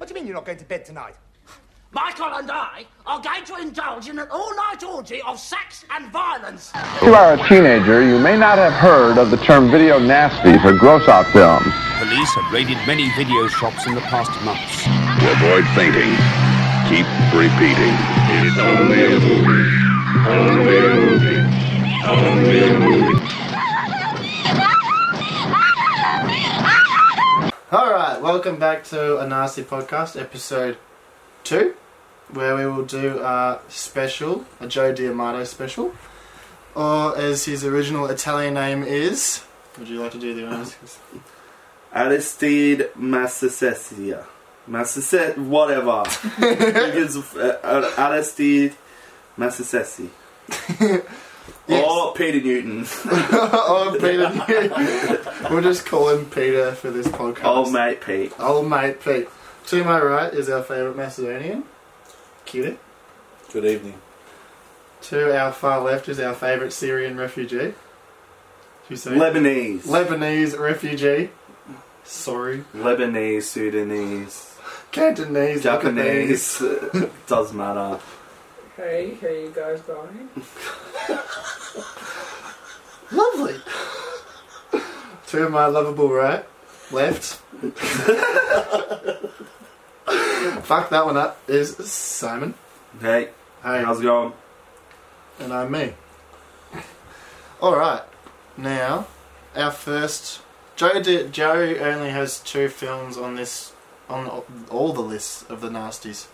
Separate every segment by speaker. Speaker 1: do you mean you're not going to bed tonight?
Speaker 2: Michael and I are going to indulge in an all night orgy of sex and violence.
Speaker 3: If you are a teenager, you may not have heard of the term video nasties or gross out films.
Speaker 4: Police have raided many video shops in the past months.
Speaker 5: To avoid thinking, keep repeating. It's only a movie. Only a movie. Only a movie.
Speaker 6: All right, welcome back to a nasty podcast, episode two, where we will do a special, a Joe Diamato special, or as his original Italian name is. Would you like to do the honors?
Speaker 7: Aristide Massacesia. Massacesia, whatever. He gives, uh, uh, Aristide Massacesi. Or Peter Newton.
Speaker 6: oh, Peter. we'll just call him Peter for this podcast.
Speaker 7: Old mate Pete.
Speaker 6: Old mate Pete. To my right is our favourite Macedonian, Cutie.
Speaker 8: Good evening.
Speaker 6: To our far left is our favourite Syrian refugee, Hussein.
Speaker 7: Lebanese.
Speaker 6: Lebanese refugee. Sorry.
Speaker 7: Lebanese, Sudanese,
Speaker 6: Cantonese. look at these.
Speaker 7: Japanese. Does matter.
Speaker 9: Hey, how you guys going?
Speaker 6: Lovely. to my lovable right, left. Fuck that one up is Simon.
Speaker 7: Hey,
Speaker 6: Hey,
Speaker 7: how's it going?
Speaker 6: and I'm me. All right, now our first. Joe di Joe only has two films on this on all the lists of the nasties.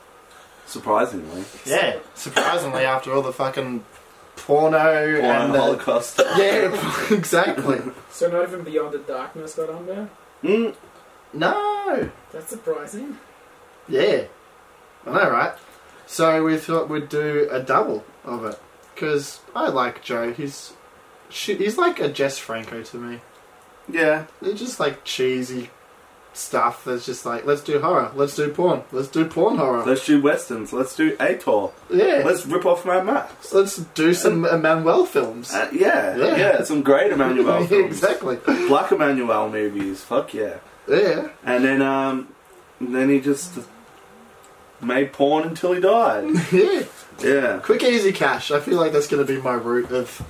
Speaker 7: Surprisingly.
Speaker 6: Yeah, surprisingly, after all the fucking porno, and
Speaker 7: Porn
Speaker 6: uh,
Speaker 7: the
Speaker 6: the,
Speaker 7: Holocaust.
Speaker 6: yeah, exactly.
Speaker 9: So not even Beyond the Darkness got on there?
Speaker 7: Mm,
Speaker 6: No,
Speaker 9: That's surprising.
Speaker 6: yeah, I know, right? So we thought we'd do a double of it because I like Joe. He's she, he's like a Jess Franco to me.
Speaker 7: yeah.
Speaker 6: They're just like cheesy stuff that's just like, let's do horror, let's do porn, let's do porn horror.
Speaker 7: Let's do westerns. Let's do ATOR.
Speaker 6: yeah. Let's,
Speaker 7: Let's rip off Mad Max.
Speaker 6: do some Emmanuel films.
Speaker 7: Uh, yeah,
Speaker 6: Yeah.
Speaker 7: yeah, some great Emmanuel films.
Speaker 6: exactly.
Speaker 7: Black Emmanuel movies. Fuck yeah.
Speaker 6: Yeah.
Speaker 7: And then, um, then he just made porn until he died.
Speaker 6: Yeah.
Speaker 7: yeah,
Speaker 6: Quick, easy cash. I feel like that's going to be my route of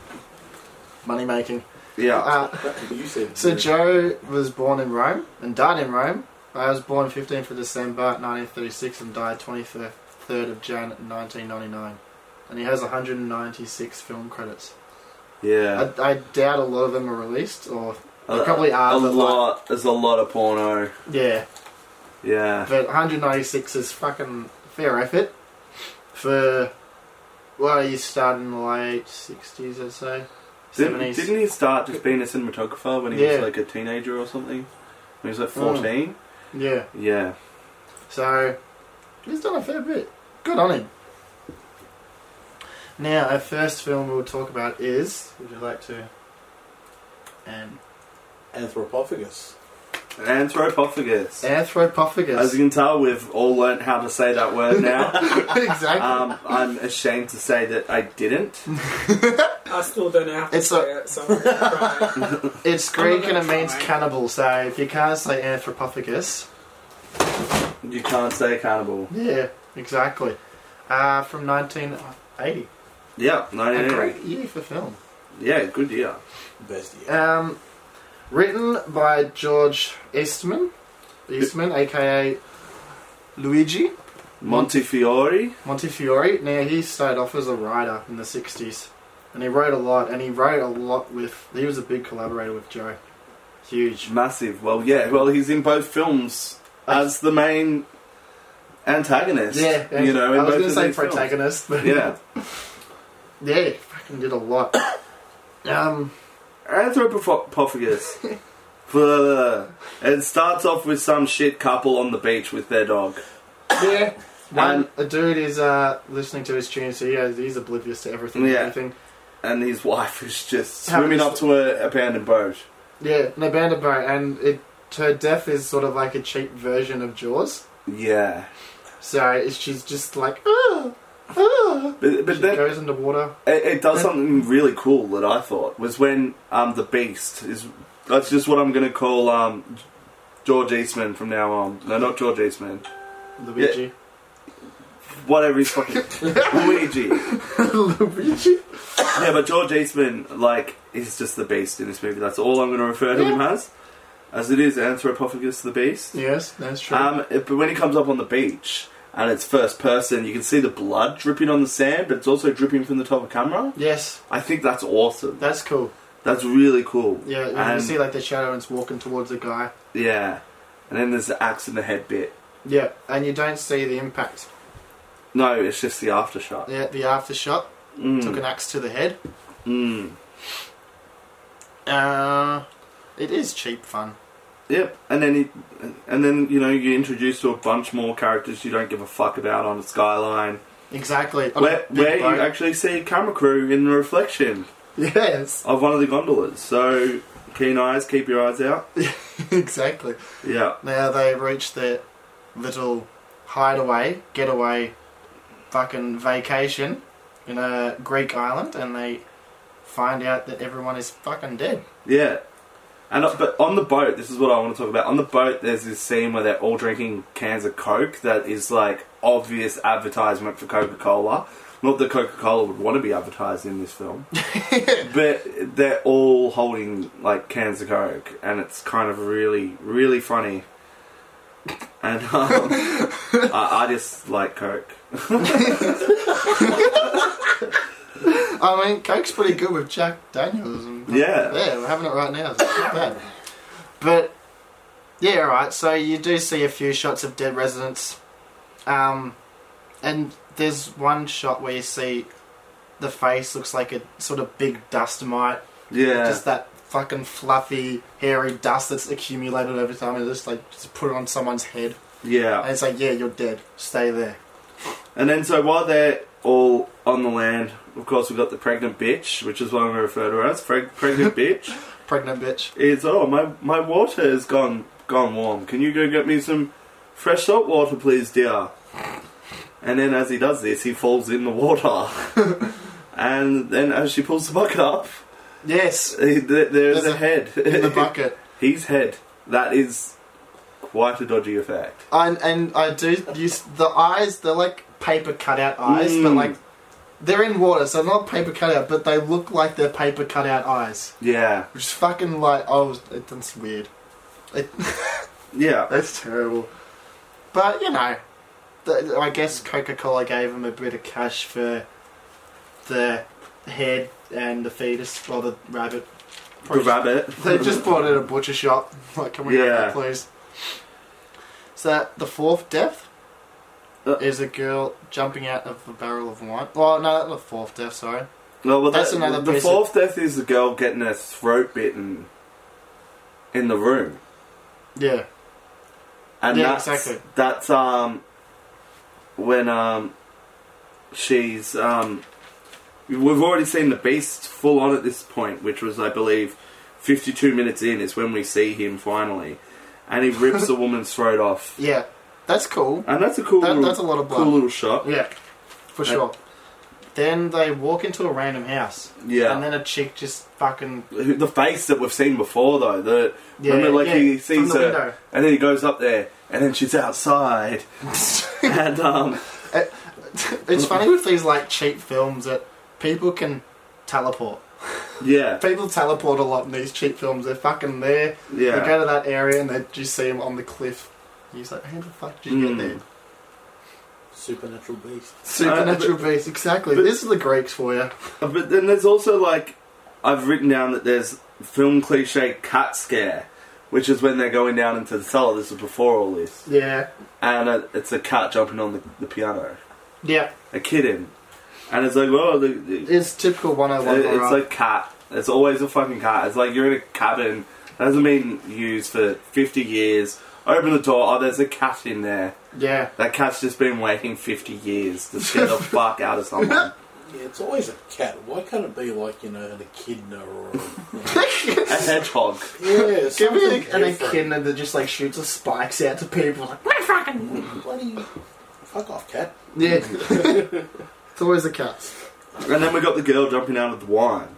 Speaker 6: money making.
Speaker 7: yeah.
Speaker 6: Uh,
Speaker 8: You said
Speaker 6: so, Joe was born in Rome and died in Rome. I was born 15th of December 1936 and died 23rd of Jan 1999. And he has 196 film credits.
Speaker 7: yeah.
Speaker 6: I, I doubt a lot of them are released, or
Speaker 7: A-
Speaker 6: probably are,
Speaker 7: a
Speaker 6: but, like-
Speaker 7: lot. there's a lot of porno.
Speaker 6: yeah,
Speaker 7: Yeah,
Speaker 6: but 196 is fucking fair effort for. Well, you start in the late 60s, I'd say.
Speaker 7: didn't,
Speaker 6: 70s.
Speaker 7: didn't he start just being a cinematographer when he
Speaker 6: Yeah.
Speaker 7: was like a teenager or something? When he was like fourteen.
Speaker 6: Yeah,
Speaker 7: Yeah,
Speaker 6: so he's done a fair bit. Good on him. Now, our first film we'll talk about is. Would you like to? Um,
Speaker 8: Anthropophagus.
Speaker 7: Anthropophagus. As
Speaker 6: Anthropophagus.
Speaker 7: you can tell, we've all learnt how to say that word now.
Speaker 6: exactly.
Speaker 7: um, I'm ashamed to say that I didn't.
Speaker 9: I still don't know how to
Speaker 6: It's
Speaker 9: say it, so I'm gonna cry.
Speaker 6: it's Greek and it means
Speaker 9: Anthropophagus.
Speaker 6: cannibal, so if you can't say anthropophagus,
Speaker 7: You can't say cannibal.
Speaker 6: Yeah, exactly. Uh, from 1980.
Speaker 7: Yeah, no,
Speaker 6: A
Speaker 7: no, no.
Speaker 6: great year for film.
Speaker 7: Yeah, good year.
Speaker 8: Best year.
Speaker 6: Um, written by George Eastman, Eastman, aka Luigi
Speaker 7: Montefiore.
Speaker 6: Montefiore. Now he started off as a writer in the 60s, and he wrote a lot. And he wrote a lot with. He was a big collaborator with Joe. Huge.
Speaker 7: Massive. Well, yeah. Well, he's in both films as the main antagonist.
Speaker 6: Yeah,
Speaker 7: you know. in
Speaker 6: I was
Speaker 7: both
Speaker 6: going to
Speaker 7: of
Speaker 6: say
Speaker 7: these films.
Speaker 6: protagonist, but
Speaker 7: Yeah,
Speaker 6: yeah, he fucking did a lot. um,
Speaker 7: Anthropophagus. Blah. it starts off with some shit couple on the beach with their dog.
Speaker 6: Yeah. One,
Speaker 7: And-
Speaker 6: a dude is uh, listening to his tunes, so he has, he's oblivious to everything. and
Speaker 7: Yeah.
Speaker 6: everything.
Speaker 7: And his wife is just
Speaker 6: Happens-
Speaker 7: swimming up to a abandoned boat.
Speaker 6: Yeah, an abandoned boat, and it her death is sort of like a cheap version of Jaws.
Speaker 7: Yeah,
Speaker 6: So it's, she's just like, ah, ah.
Speaker 7: but,
Speaker 6: she
Speaker 7: but then
Speaker 6: goes underwater.
Speaker 7: It, it does something really cool that I thought was when um, the Beast is. That's just what I'm going to call um, George Eastman from now on. No, not George Eastman.
Speaker 6: Luigi.
Speaker 7: Whatever he's fucking Luigi.
Speaker 6: Luigi?
Speaker 7: Yeah, but George Eastman, like, is just the beast in this movie. That's all I'm going to refer to him as, as it is Anthropophagus the Beast.
Speaker 6: Yes, that's true.
Speaker 7: Um, it- but when he comes up on the beach and it's first person, you can see the blood dripping on the sand, but it's also dripping from the top of camera.
Speaker 6: yes,
Speaker 7: I think that's awesome.
Speaker 6: that's cool.
Speaker 7: That's really cool.
Speaker 6: Yeah, you can
Speaker 7: and,
Speaker 6: see like the shadow and it's walking towards the guy.
Speaker 7: yeah. And then there's the axe in the head bit.
Speaker 6: Yeah, and you don't see the impact.
Speaker 7: No, it's just the after shot.
Speaker 6: Yeah, the after shot
Speaker 7: Mm,
Speaker 6: took an axe to the head.
Speaker 7: mm.
Speaker 6: Uh, it is cheap fun.
Speaker 7: Yep. And then he, and then you know you're introduced to a bunch more characters you don't give a fuck about on the skyline.
Speaker 6: Exactly. On a
Speaker 7: Where,
Speaker 6: big
Speaker 7: where you
Speaker 6: boat.
Speaker 7: actually see camera crew in the reflection
Speaker 6: Yes,
Speaker 7: of one of the gondolas. So keen eyes, keep your eyes out.
Speaker 6: exactly.
Speaker 7: Yeah.
Speaker 6: Now they reach their little hideaway, getaway, fucking vacation in a Greek island, and they find out that everyone is fucking dead.
Speaker 7: Yeah. And uh, but on the boat, this is what I want to talk about. On the boat, there's this scene where they're all drinking cans of Coke that is like obvious advertisement for Coca Cola. Not that Coca Cola would want to be advertised in this film, but they're all holding like cans of Coke, and it's kind of really, really funny. And um, I, I just like Coke.
Speaker 6: I mean, Coke's pretty good with Jack Daniels. And
Speaker 7: Yeah.
Speaker 6: Yeah, we're having it right now. so It's not bad. But, yeah, alright, so you do see a few shots of dead residents. Um, and there's one shot where you see the face looks like a sort of big dust mite.
Speaker 7: Yeah,
Speaker 6: Just that fucking fluffy, hairy dust that's accumulated over time and just like just put it on someone's head.
Speaker 7: yeah.
Speaker 6: And it's like, yeah, you're dead. Stay there.
Speaker 7: And then, so while they're all on the land, of course, we've got the pregnant bitch, which is what I'm going to refer to her as. Preg- pregnant bitch
Speaker 6: Pregnant bitch.
Speaker 7: is, oh, my, my water is gone gone warm. Can you go get me some fresh salt water, please, dear? And then, as he does this, he falls in the water. and then, as she pulls the bucket up,
Speaker 6: Yes.
Speaker 7: he- th- there's,
Speaker 6: There's
Speaker 7: a,
Speaker 6: a-
Speaker 7: head.
Speaker 6: In the bucket.
Speaker 7: He's head. That is quite a dodgy effect.
Speaker 6: and and I do use the eyes. They're like paper cutout eyes, but
Speaker 7: Mm.
Speaker 6: like they're in water, so they're not paper cutout, but they look like they're paper cutout eyes,
Speaker 7: Yeah.
Speaker 6: which is fucking like oh, it, that's weird. It,
Speaker 7: Yeah.
Speaker 6: that's terrible. But you know, the, I guess Coca Cola gave him a bit of cash for the head and the fetus or the rabbit.
Speaker 7: The rabbit.
Speaker 6: They just bought it at a butcher shop. Like, can we have
Speaker 7: Yeah.
Speaker 6: that, please? So the fourth death
Speaker 7: Uh.
Speaker 6: is a girl jumping out of a barrel of wine. Well, no, not the fourth death. Sorry.
Speaker 7: No, well,
Speaker 6: That's
Speaker 7: that-
Speaker 6: another
Speaker 7: The
Speaker 6: piece of-
Speaker 7: fourth death is the girl getting her throat bitten in the room,
Speaker 6: Yeah.
Speaker 7: and
Speaker 6: Yeah,
Speaker 7: that's
Speaker 6: exactly.
Speaker 7: that's um when um she's um we've already seen the beast full on at this point, which was I believe fifty two minutes in is when we see him finally, and he rips the woman's throat off,
Speaker 6: Yeah. That's cool.
Speaker 7: and that's a cool
Speaker 6: That-
Speaker 7: little,
Speaker 6: that's a lot of blood.
Speaker 7: cool little shot.
Speaker 6: Yeah. For sure. Then they walk into a random house,
Speaker 7: Yeah.
Speaker 6: and then a chick just fucking
Speaker 7: the face that we've seen before though the
Speaker 6: Yeah,
Speaker 7: remember like
Speaker 6: yeah,
Speaker 7: he
Speaker 6: from
Speaker 7: sees
Speaker 6: the
Speaker 7: her
Speaker 6: window.
Speaker 7: and then he goes up there and then she's outside and um
Speaker 6: It's funny with these like cheap films that people can teleport.
Speaker 7: yeah
Speaker 6: People teleport a lot in these cheap films. They're fucking there.
Speaker 7: Yeah. Uh,
Speaker 6: They go to that area and they just see him on the cliff. He's like, how the fuck did you
Speaker 7: Mm.
Speaker 6: get there?
Speaker 8: Supernatural beast.
Speaker 6: Supernatural beast, exactly.
Speaker 7: but-
Speaker 6: this is the Greeks for you.
Speaker 7: but then there's also like I've written down that there's film cliche cat scare which is when they're going down into the cellar this was before all this
Speaker 6: Yeah.
Speaker 7: and uh, it's a cat jumping on the, the piano
Speaker 6: Yeah.
Speaker 7: a kitten and it's like oh the, the,
Speaker 6: It's typical 101
Speaker 7: It-
Speaker 6: horror.
Speaker 7: it's like cat. It's always a fucking cat. It's like you're in a cabin that hasn't been used for 50 years. Open the door. Oh, there's a cat in there.
Speaker 6: yeah.
Speaker 7: That cat's just been waiting 50 years to scare the fuck out of someone.
Speaker 8: Yeah, it's always a cat. Why can't it be like, you know, an echidna or a...
Speaker 7: A hedgehog.
Speaker 8: yeah,
Speaker 6: Give
Speaker 8: something
Speaker 6: me like, an
Speaker 8: different.
Speaker 6: echidna that just like shoots the spikes out to people. Like,
Speaker 8: Bloody... Fuck off, cat.
Speaker 6: yeah. it's
Speaker 7: Hmm.
Speaker 6: always the cats.
Speaker 7: And then we got the girl jumping out of the wine.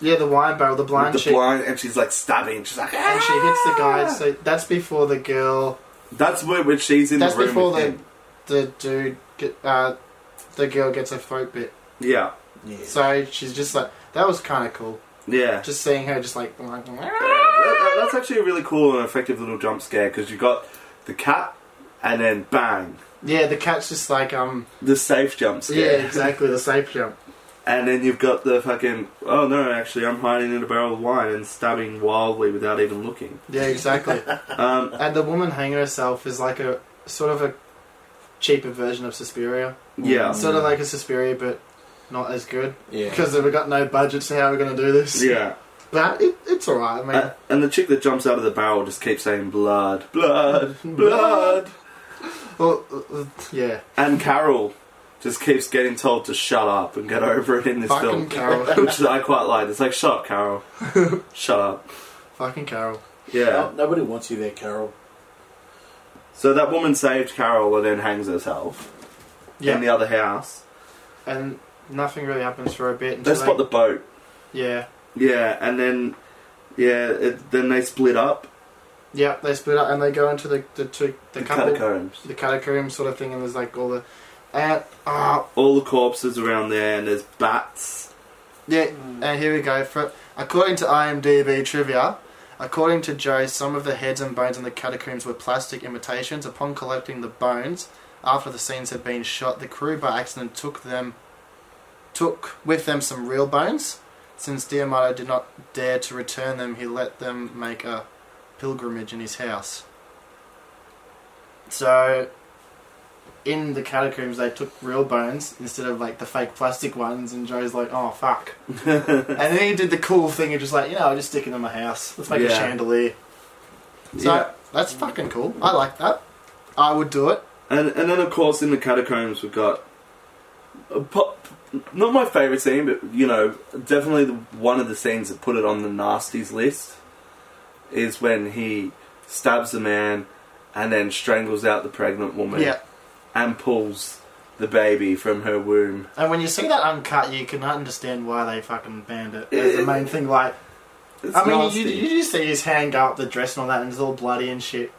Speaker 6: Yeah, the wine barrel, the blind
Speaker 7: the
Speaker 6: chick.
Speaker 7: "Ah!" blind, and she's like stabbing. She's like,
Speaker 6: Ah! and she hits the guy. So that's before the girl
Speaker 7: That's where when she's in
Speaker 6: That's
Speaker 7: the room.
Speaker 6: before
Speaker 7: with
Speaker 6: the
Speaker 7: him.
Speaker 6: the dude get, uh, the girl gets her throat bit.
Speaker 7: Yeah,
Speaker 8: Yeah.
Speaker 6: So she's just like that was kind of cool.
Speaker 7: yeah.
Speaker 6: Just seeing her just like, like Ah!
Speaker 7: That- that- that's actually a really cool and effective little jump scare because you got the cat and then bang,
Speaker 6: yeah, the cat's just like um
Speaker 7: the safe jump
Speaker 6: yeah,
Speaker 7: scare.
Speaker 6: exactly the safe jump.
Speaker 7: And then you've got the fucking oh no, actually I'm hiding in a barrel of wine and stabbing wildly without even looking.
Speaker 6: Yeah, exactly.
Speaker 7: Um,
Speaker 6: and the woman hanging herself is like a sort of a cheaper version of Suspiria.
Speaker 7: yeah,
Speaker 6: Sort of like a Suspiria, but not as good
Speaker 8: Yeah.
Speaker 6: because we've got no budget. So how are we going to do this?
Speaker 7: yeah.
Speaker 6: but it, it's all right. I mean,
Speaker 7: A- Uh, and the chick that jumps out of the barrel just keeps saying blood, blood, blood.
Speaker 6: well, uh, uh, yeah,
Speaker 7: And Carol just keeps getting told to shut up and get over it in this
Speaker 6: fucking
Speaker 7: film,
Speaker 6: Carol,
Speaker 7: which I quite like. It's like shut up, Carol, shut up.
Speaker 6: fucking Carol.
Speaker 7: Yeah.
Speaker 8: No- nobody wants you there, Carol.
Speaker 7: So that woman saved Carol and then hangs herself
Speaker 6: Yeah,
Speaker 7: in the other house.
Speaker 6: and nothing really happens for a bit.
Speaker 7: They
Speaker 6: Until
Speaker 7: spot the
Speaker 6: they,
Speaker 7: boat.
Speaker 6: yeah,
Speaker 7: Yeah, and then yeah, it, then they split up.
Speaker 6: yeah, they split up and they go into the the two the,
Speaker 7: The
Speaker 6: couple
Speaker 7: catacombs.
Speaker 6: the catacomb sort of thing, and there's like all the and ah
Speaker 7: All the corpses around there, and there's bats.
Speaker 6: Yeah, and here we go. For according to IMDb trivia, according to Joe, some of the heads and bones in the catacombs were plastic imitations. Upon collecting the bones after the scenes had been shot, the crew by accident took them, took with them some real bones. Since Diamato did not dare to return them, he let them make a pilgrimage in his house. So, in the catacombs, they took real bones instead of like the fake plastic ones, and Joe's like, oh fuck. and then he did the cool thing of just like, you know, I'll just stick it in my house. Let's make a
Speaker 7: Yeah.
Speaker 6: chandelier. So,
Speaker 7: Yeah.
Speaker 6: that's fucking cool. I like that. I would do it.
Speaker 7: And and then of course in the catacombs we've got a pop, not my favorite scene, but you know definitely the, one of the scenes that put it on the nasties list is when he stabs the man and then strangles out the pregnant woman
Speaker 6: Yeah.
Speaker 7: and pulls the baby from her womb.
Speaker 6: And when you see that uncut, you can understand why they fucking banned it. That's the main thing. Like,
Speaker 7: It's
Speaker 6: I mean,
Speaker 7: nasty.
Speaker 6: you, you just see his hand go up the dress and all that, and it's all bloody and shit.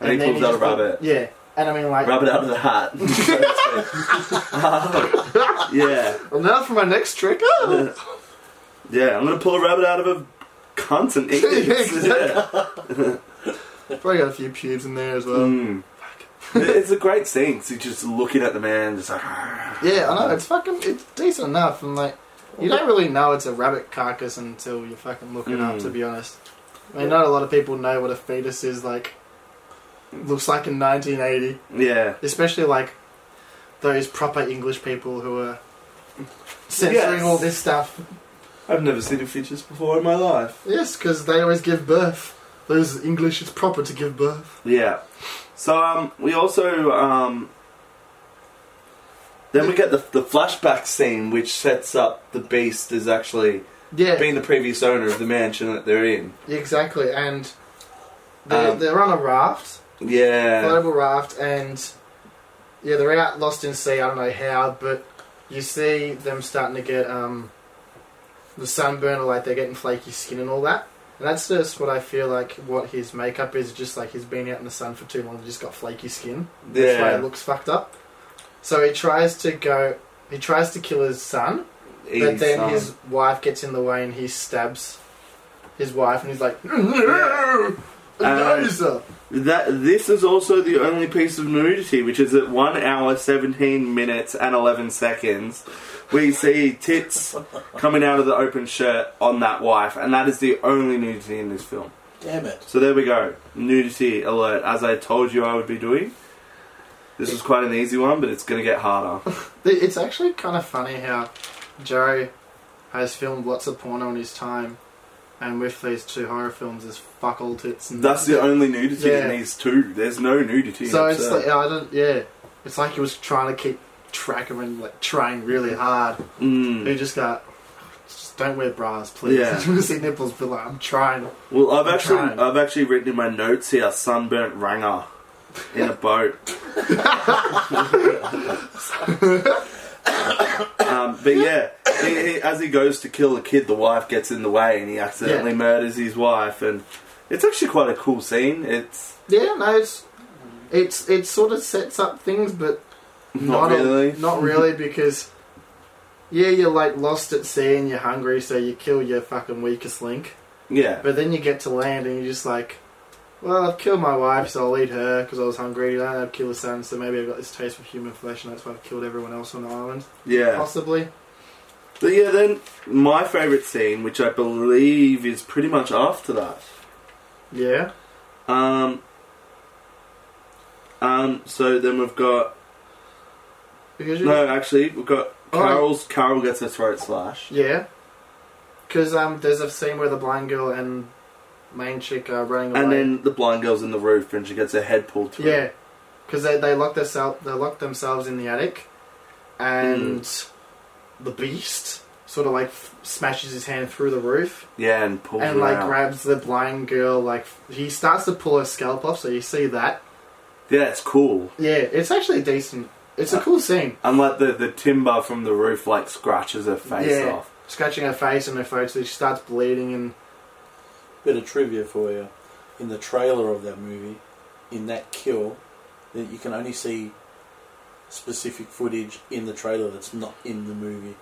Speaker 7: and, he
Speaker 6: then
Speaker 7: pulls
Speaker 6: you
Speaker 7: out a
Speaker 6: just think-
Speaker 7: rabbit.
Speaker 6: Yeah, and I mean, like,
Speaker 7: Rabbit out of the hat. so to speak. Um, yeah,
Speaker 6: well, now for my next trick. ah!
Speaker 7: yeah. I'm gonna pull a rabbit out of a cunt and eat it. Yeah.
Speaker 6: Probably got a few pubes in there as well.
Speaker 7: Mm.
Speaker 6: Hmm.
Speaker 7: it's a great scene. So you're just looking at the man, just like "Ah."
Speaker 6: Yeah, I know. It's fucking. It's decent enough, and like, you don't really know it's a rabbit carcass until you fucking look it up.
Speaker 7: Mm.
Speaker 6: To be honest, I mean, not a lot of people know what a fetus is like. Looks like in 1980,
Speaker 7: yeah,
Speaker 6: especially like those proper English people who are censoring
Speaker 7: Yes.
Speaker 6: all this stuff.
Speaker 7: I've never seen a fetus before in my life.
Speaker 6: Yes, because they always give birth. Those English, it's proper to give birth.
Speaker 7: Yeah. So um, we also um, then we get the the flashback scene, which sets up the beast as actually
Speaker 6: Yeah,
Speaker 7: being the previous owner of the mansion that they're in.
Speaker 6: exactly. And they're,
Speaker 7: Um,
Speaker 6: they're on a raft.
Speaker 7: Yeah.
Speaker 6: Global raft, and yeah, they're out lost in sea. I don't know how, but you see them starting to get um, the sunburn, or like they're getting flaky skin and all that. And that's just what I feel like. What his makeup is, just like he's been out in the sun for too long, he's just got flaky skin. That's why it
Speaker 7: Yeah.
Speaker 6: looks fucked up. So he tries to go. He tries to kill his son, but
Speaker 7: He's,
Speaker 6: then
Speaker 7: um,
Speaker 6: his wife gets in the way and he stabs his wife, and he's like, uh,
Speaker 7: Yeah.
Speaker 6: "No, no,
Speaker 7: Um,
Speaker 6: sir."
Speaker 7: That this is also the only piece of nudity, which is at one hour, seventeen minutes, and eleven seconds. We see tits coming out of the open shirt on that wife, and that is the only nudity in this film.
Speaker 8: Damn it.
Speaker 7: So there we go, nudity alert. As I told you, I would be doing. This was quite an easy one, but it's going to get harder.
Speaker 6: It- It's actually kind of funny how Joe has filmed lots of porno in his time, and with these two horror films, is fuck all tits. And
Speaker 7: That's the only nudity
Speaker 6: Yeah.
Speaker 7: in these two. There's no nudity.
Speaker 6: so
Speaker 7: in
Speaker 6: it's
Speaker 7: Absurd.
Speaker 6: like I don't. Yeah, it's like he was trying to keep track of and like trying really hard.
Speaker 7: Mm.
Speaker 6: He just got. Just don't wear bras, please.
Speaker 7: Yeah.
Speaker 6: you see nipples, but like I'm trying.
Speaker 7: Well, I've
Speaker 6: I'm
Speaker 7: actually
Speaker 6: trying.
Speaker 7: I've actually written in my notes here sunburnt ranger in a boat. um, but yeah, he, he, as he goes to kill the kid, the wife gets in the way, and he accidentally
Speaker 6: Yeah.
Speaker 7: murders his wife. And it's actually quite a cool scene. It's
Speaker 6: Yeah, no, it's It's it sort of sets up things, but
Speaker 7: Not
Speaker 6: a-
Speaker 7: really.
Speaker 6: not really because yeah, you're like lost at sea and you're hungry, so you kill your fucking weakest link.
Speaker 7: Yeah.
Speaker 6: But then you get to land and you're just like, well, I've killed my wife, so I'll eat her because I was hungry. And I've killed the son, so maybe I've got this taste for human flesh, and that's why I've killed everyone else on the island.
Speaker 7: Yeah.
Speaker 6: Possibly.
Speaker 7: But yeah, then my favourite scene, which I believe is pretty much after that.
Speaker 6: Yeah.
Speaker 7: Um. Um. So then we've got
Speaker 6: Because you
Speaker 7: no. Actually, we've got
Speaker 6: Oh.
Speaker 7: Carol's. Carol gets her throat slashed.
Speaker 6: Yeah. Because um, there's a scene where the blind girl and main chick are running away.
Speaker 7: And then the blind girl's in the roof and she gets her head pulled through.
Speaker 6: yeah, because they they lock themselves they lock themselves in the attic, and the beast sort of like f- smashes his hand through the roof
Speaker 7: Yeah, and pulls
Speaker 6: and
Speaker 7: her
Speaker 6: like
Speaker 7: out.
Speaker 6: grabs the blind girl. Like f- he starts to pull her scalp off, so you see that.
Speaker 7: yeah, it's cool.
Speaker 6: Yeah, it's actually decent. It's a cool scene.
Speaker 7: And like the, the timber from the roof like scratches her face
Speaker 6: yeah,
Speaker 7: off.
Speaker 6: scratching her face and her face, so she starts bleeding and
Speaker 8: Bit of trivia for you. In the trailer of that movie, in that kill, that you can only see specific footage in the trailer that's not in the movie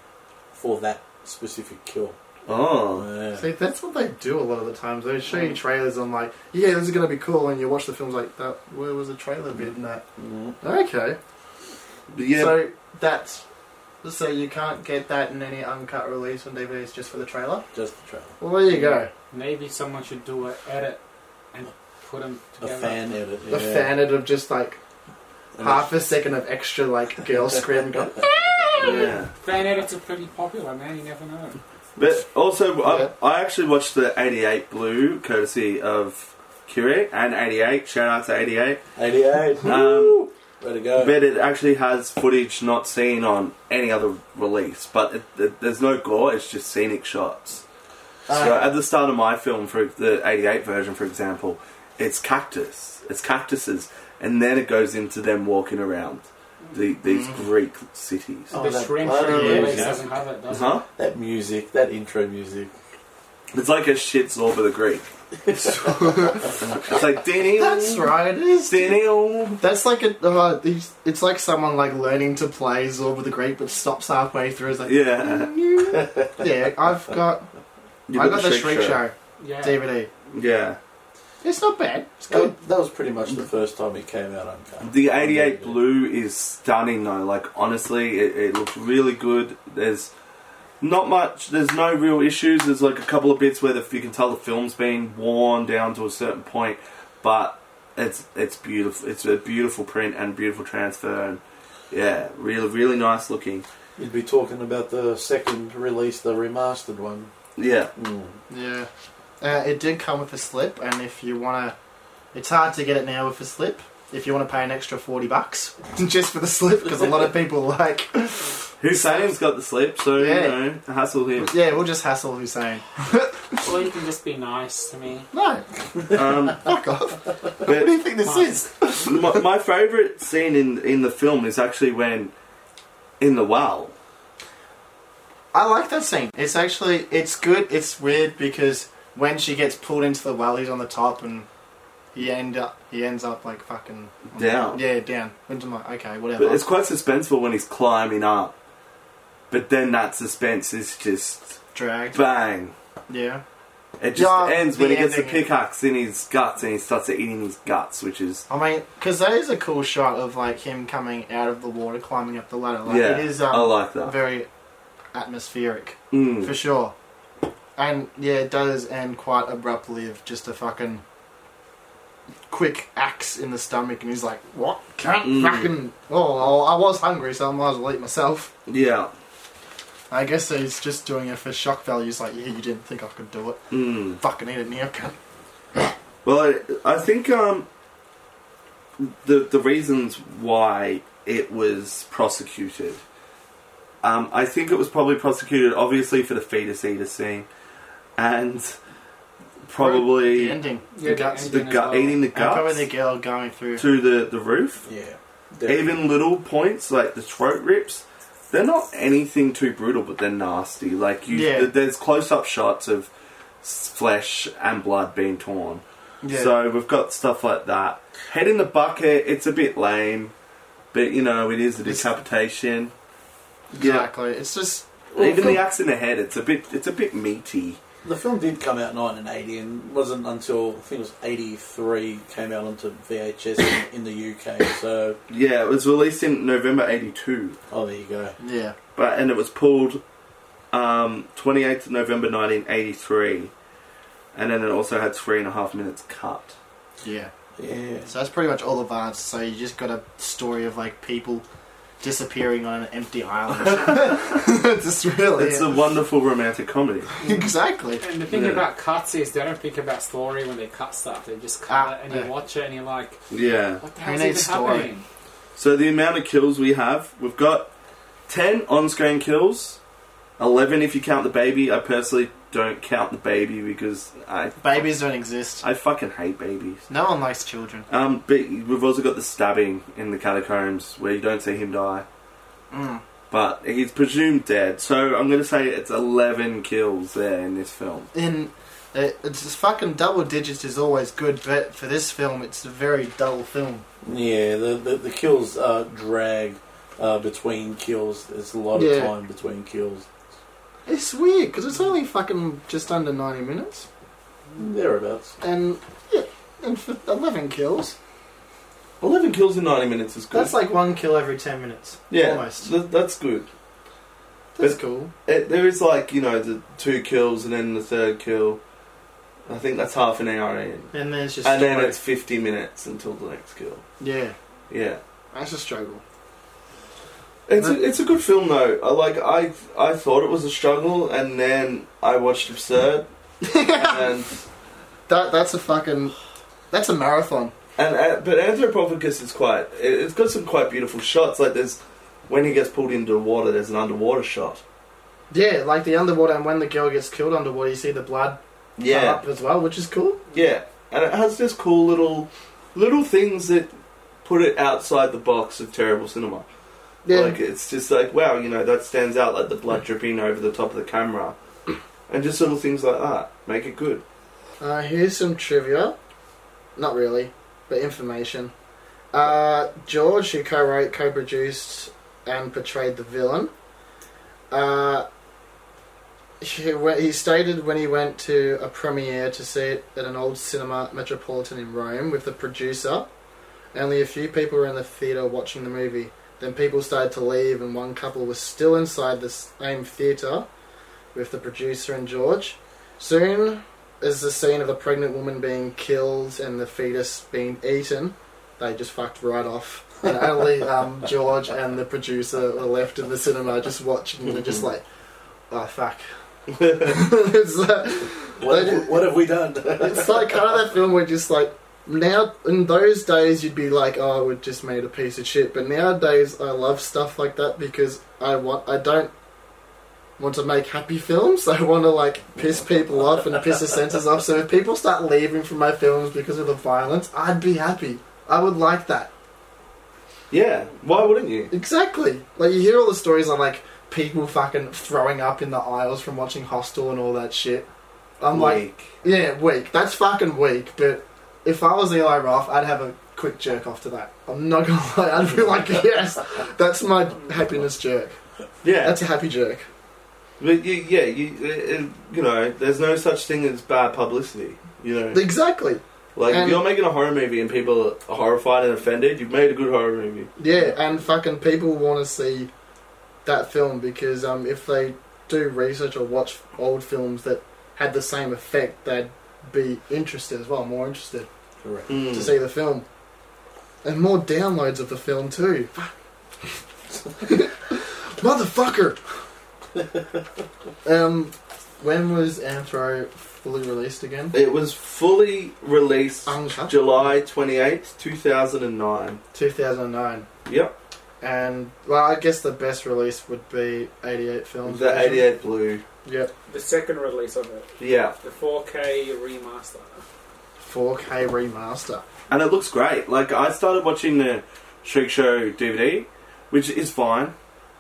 Speaker 8: for that specific kill.
Speaker 7: Oh.
Speaker 8: Yeah.
Speaker 6: See, that's what they do a lot of the times. They show you trailers on like, yeah, this is gonna be cool, and you watch the films like that. Where was the trailer bit in that?
Speaker 8: Mm-hmm.
Speaker 6: Okay,
Speaker 7: But yeah,
Speaker 6: so that's so you can't get that in any uncut release on DVD. It's just for the trailer.
Speaker 8: Just the trailer.
Speaker 6: Well, there you go.
Speaker 1: Maybe someone should do an edit and put them
Speaker 8: A
Speaker 1: together.
Speaker 8: fan edit.
Speaker 6: The
Speaker 8: yeah.
Speaker 6: fan edit of just like
Speaker 8: And
Speaker 6: half a second of extra like girl screaming. go,
Speaker 7: yeah.
Speaker 1: Fan edits are pretty popular, man. You never know.
Speaker 7: But also,
Speaker 6: Yeah.
Speaker 7: I, I actually watched the 88 Blue, courtesy of Curie and 88. Shout out to 88.
Speaker 8: 88.
Speaker 7: Um,
Speaker 8: Way to go.
Speaker 7: but it actually has footage not seen on any other release. But it, it, there's no gore, it's just scenic shots.
Speaker 6: Ah,
Speaker 7: so at the start of my film, for the 88 version, for example, it's cactus. It's cactuses. And then it goes into them walking around the, these
Speaker 6: Mm.
Speaker 7: Greek cities.
Speaker 8: Oh,
Speaker 1: the
Speaker 8: that
Speaker 1: shrimp
Speaker 8: bloody
Speaker 1: release
Speaker 8: music.
Speaker 1: doesn't have it, does it?
Speaker 7: Huh?
Speaker 8: That music, that intro music.
Speaker 7: It's like a shit's all but the Greek. it's like Danny.
Speaker 6: That's right. It is.
Speaker 7: Danny.
Speaker 6: That's like a. Uh, these- it's like someone like learning to play Zorba the Greek, but stops halfway through. It's like, yeah,
Speaker 7: Yeah.
Speaker 6: I've got.
Speaker 7: You
Speaker 6: Mm. I got the Shriek Show,
Speaker 1: Yeah.
Speaker 6: DVD.
Speaker 7: Yeah.
Speaker 6: It's not bad. It's
Speaker 8: That
Speaker 6: good.
Speaker 8: was, that was pretty much the first time it came out uncut.
Speaker 7: The 88 Blue is stunning though. Like, honestly, it, it looks really good. There's not much, there's no real issues. There's like a couple of bits where the, you can tell the film's been worn down to a certain point, but it's it's beautiful. It's a beautiful print and beautiful transfer. And yeah, really, really nice looking.
Speaker 8: You'd be talking about the second release, the remastered one.
Speaker 7: Yeah.
Speaker 6: Yeah. Uh, it did come with a slip, and if you want to, it's hard to get it now with a slip. If you want to pay an extra forty bucks just for the slip, because a lot of people are like,
Speaker 7: Hussein's got the slip, so
Speaker 6: Yeah.
Speaker 7: you know, hassle him.
Speaker 6: yeah, we'll just hassle Hussein.
Speaker 1: Or you can just be nice to me.
Speaker 6: No,
Speaker 7: Um,
Speaker 6: fuck off. What
Speaker 7: but
Speaker 6: do you think this is?
Speaker 7: my, my favourite scene in in the film is actually when in the well.
Speaker 6: I like that scene. It's actually it's good. It's weird because when she gets pulled into the well, he's on the top, and he end up he ends up like fucking
Speaker 7: Down.
Speaker 6: Yeah, down. Into my okay, whatever.
Speaker 7: But it's quite suspenseful when he's climbing up. But then that suspense is just
Speaker 6: dragged.
Speaker 7: bang.
Speaker 6: yeah.
Speaker 7: It just
Speaker 6: Yeah,
Speaker 7: ends when
Speaker 6: the
Speaker 7: he gets the
Speaker 6: ending.
Speaker 7: pickaxe in his guts and he starts eating his guts, which is
Speaker 6: I mean, because that is a cool shot of like him coming out of the water, climbing up the ladder. Like,
Speaker 7: yeah.
Speaker 6: it is
Speaker 7: I
Speaker 6: um,
Speaker 7: like that.
Speaker 6: very atmospheric
Speaker 7: Mm.
Speaker 6: for sure. And yeah, it does end quite abruptly of just a fucking quick axe in the stomach, and he's like, "What? Can't
Speaker 7: Mm.
Speaker 6: fucking oh, I was hungry, so I might as well eat myself."
Speaker 7: Yeah.
Speaker 6: I guess he's just doing it for shock value. He's like, "Yeah, you didn't think I could do it.
Speaker 7: Mm.
Speaker 6: Fucking eat it now, cunt."
Speaker 7: Well, I, I think um, the the reasons why it was prosecuted. Um, I think it was probably prosecuted, obviously, for the fetus eater scene, and probably
Speaker 6: the ending,
Speaker 1: Yeah,
Speaker 6: the
Speaker 1: the
Speaker 6: guts,
Speaker 1: ending.
Speaker 7: the gut eating the
Speaker 6: and probably
Speaker 7: guts
Speaker 6: the girl going through.
Speaker 7: to the the roof.
Speaker 8: Yeah.
Speaker 7: Even little points like the throat rips, they're not anything too brutal, but they're nasty. Like you,
Speaker 6: Yeah.
Speaker 7: th- there's close up shots of s- flesh and blood being torn.
Speaker 6: Yeah.
Speaker 7: So we've got stuff like that. Head in the bucket. It's a bit lame, but you know it is a
Speaker 6: It's-
Speaker 7: decapitation.
Speaker 6: Exactly. It's just
Speaker 7: Even the axe in the head. It's a bit. It's a bit meaty.
Speaker 8: The film did come out in 1980 and wasn't until, I think it was 83, came out onto VHS in, in the UK. So,
Speaker 7: Yeah, it was released in November '82,
Speaker 8: oh, there you go.
Speaker 6: yeah.
Speaker 7: but and it was pulled um, 28th of November 1983, and then it also had three and a half minutes cut.
Speaker 6: Yeah.
Speaker 8: Yeah.
Speaker 6: So that's pretty much all the vibes. So you just got a story of like people disappearing on an empty island. just really
Speaker 7: It's a wonderful romantic comedy.
Speaker 6: exactly.
Speaker 1: And the thing
Speaker 7: Yeah.
Speaker 1: about cuts is they don't think about story when they cut stuff. They just cut
Speaker 6: Ah,
Speaker 1: it and you
Speaker 6: yeah.
Speaker 1: watch it and you're like,
Speaker 7: Yeah.
Speaker 1: what the
Speaker 6: Who
Speaker 1: hell's even
Speaker 6: needs story?
Speaker 1: happening?
Speaker 7: So the amount of kills we have, we've got ten on-screen kills, eleven if you count the baby. I personally don't count the baby because I
Speaker 6: Babies don't exist.
Speaker 7: I fucking hate babies.
Speaker 6: No one likes children.
Speaker 7: Um, but we've also got the stabbing in the catacombs where you don't see him die,
Speaker 6: Mm.
Speaker 7: but he's presumed dead. So I'm going to say it's eleven kills there in this film.
Speaker 6: In it, it's just fucking double digits is always good, but for this film, it's a very dull film.
Speaker 8: Yeah, the, the, the kills uh, drag uh, between kills. There's a lot
Speaker 6: Yeah.
Speaker 8: of time between kills.
Speaker 6: It's weird because it's only fucking just under ninety minutes,
Speaker 8: Thereabouts.
Speaker 6: and yeah, and for eleven kills,
Speaker 7: Eleven kills in ninety minutes is good.
Speaker 6: that's like one kill every ten minutes.
Speaker 7: yeah,
Speaker 6: almost.
Speaker 7: th- that's good.
Speaker 6: That's
Speaker 7: But-
Speaker 6: cool.
Speaker 7: It, there is like you know the two kills and then the third kill. I think that's half an hour in.
Speaker 6: And then it's just
Speaker 7: and then
Speaker 6: story.
Speaker 7: it's 50 minutes until the next kill.
Speaker 6: yeah,
Speaker 7: Yeah.
Speaker 6: that's a struggle.
Speaker 7: It's a, it's a good film though. I like I I thought it was a struggle and then I watched Absurd and
Speaker 6: That that's a fucking that's a marathon.
Speaker 7: and uh, but Anthropophagus is quite it, it's got some quite beautiful shots like there's when he gets pulled into the water there's an underwater shot.
Speaker 6: Yeah, like the underwater, and when the girl gets killed underwater, you see the blood come
Speaker 7: Yeah.
Speaker 6: up as well, which is cool.
Speaker 7: Uh, Yeah. And it has this cool little little things that put it outside the box of terrible cinema.
Speaker 6: Yeah,
Speaker 7: Like it's just like wow, you know that stands out like the blood dripping over the top of the camera, and just little things like that make it good.
Speaker 6: Uh, here's some trivia. Not really, but information. Uh, George, who co wrote, co produced, and portrayed the villain, uh, he, went, he stated when he went to a premiere to see it at an old cinema metropolitan in Rome with the producer, only a few people were in the theatre watching the movie. Then people started to leave, and one couple was still inside the same theatre with the producer and George. Soon, is the scene of the pregnant woman being killed and the fetus being eaten. They just fucked right off. And only um, George and the producer were left in the cinema just watching and just like, oh fuck. it's, like,
Speaker 8: What, have- what have we done?
Speaker 6: it's like kind of that film where just like, now, in those days, you'd be like, oh, we just made a piece of shit. But nowadays, I love stuff like that because I want, I don't want to make happy films. I want to like piss people off and piss the censors off. So if people start leaving from my films because of the violence, I'd be happy. I would like that.
Speaker 7: Yeah, why wouldn't you?
Speaker 6: Exactly. Like you hear all the stories on like people fucking throwing up in the aisles from watching Hostel and all that shit. I'm like,
Speaker 7: Weak.
Speaker 6: yeah, weak. That's fucking weak. But if I was Eli Roth, I'd have a quick jerk off to that. I'm not gonna lie. I'd be like, yes, that's my happiness jerk.
Speaker 7: yeah,
Speaker 6: That's a happy jerk.
Speaker 7: but you, yeah, you, it, it- you know, there's no such thing as bad publicity. You know,
Speaker 6: Exactly.
Speaker 7: like if
Speaker 6: and-
Speaker 7: you're making a horror movie and people are horrified and offended, you've made a good horror movie.
Speaker 6: Yeah, and fucking people want to see that film because um, if they do research or watch old films that had the same effect, they'd be interested as well, more interested
Speaker 8: Correct.
Speaker 7: Mm.
Speaker 6: to see the film. And more downloads of the film too. Fuck. Motherfucker! um, when was Anthro fully released again?
Speaker 7: It was fully released
Speaker 6: Uncut.
Speaker 7: July 28th, 2009.
Speaker 6: 2009.
Speaker 7: Yep,
Speaker 6: And, well, I guess the best release would be 88 Films.
Speaker 7: the 88 Blue.
Speaker 6: Yep.
Speaker 9: The second release of it,
Speaker 7: Yeah,
Speaker 9: the 4K remaster.
Speaker 6: 4K remaster.
Speaker 7: and it looks great. Like I started watching the Shriek Show DVD, which is fine.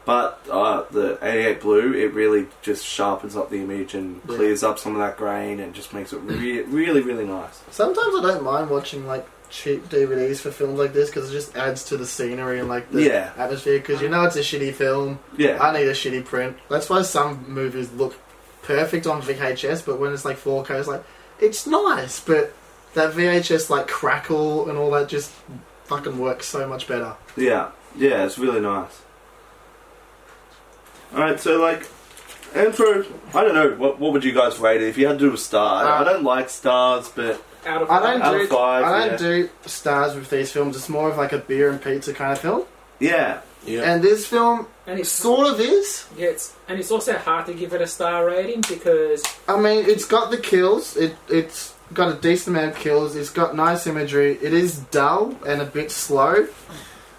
Speaker 7: But uh, the 88 blue, it really just sharpens up the image and
Speaker 6: Yeah.
Speaker 7: clears up some of that grain and just makes it re- really, really nice.
Speaker 6: Sometimes I don't mind watching like cheap DVDs for films like this because it just adds to the scenery and like the
Speaker 7: Yeah.
Speaker 6: atmosphere. Because you know it's a shitty film.
Speaker 7: Yeah.
Speaker 6: I need a shitty print. That's why some movies look perfect on VHS, but when it's like 4K, it's like it's nice, but that VHS like crackle and all that just fucking works so much better.
Speaker 7: Yeah, yeah, it's really nice. Alright, so like, Andrew, I don't know, what, what would you guys rate it if you had to do a star? I- I don't like stars, but
Speaker 9: Out of
Speaker 6: I don't
Speaker 7: out
Speaker 6: do
Speaker 7: of five,
Speaker 6: I don't
Speaker 7: yeah.
Speaker 6: do stars with these films. It's more of like a beer and pizza kind of film.
Speaker 7: yeah,
Speaker 8: Yeah.
Speaker 6: And this film
Speaker 9: and it's
Speaker 6: sort of is.
Speaker 9: yeah, it's and it's also hard to give it a star rating because
Speaker 6: I mean, it's got the kills. It it's got a decent amount of kills. It's got nice imagery. It is dull and a bit slow,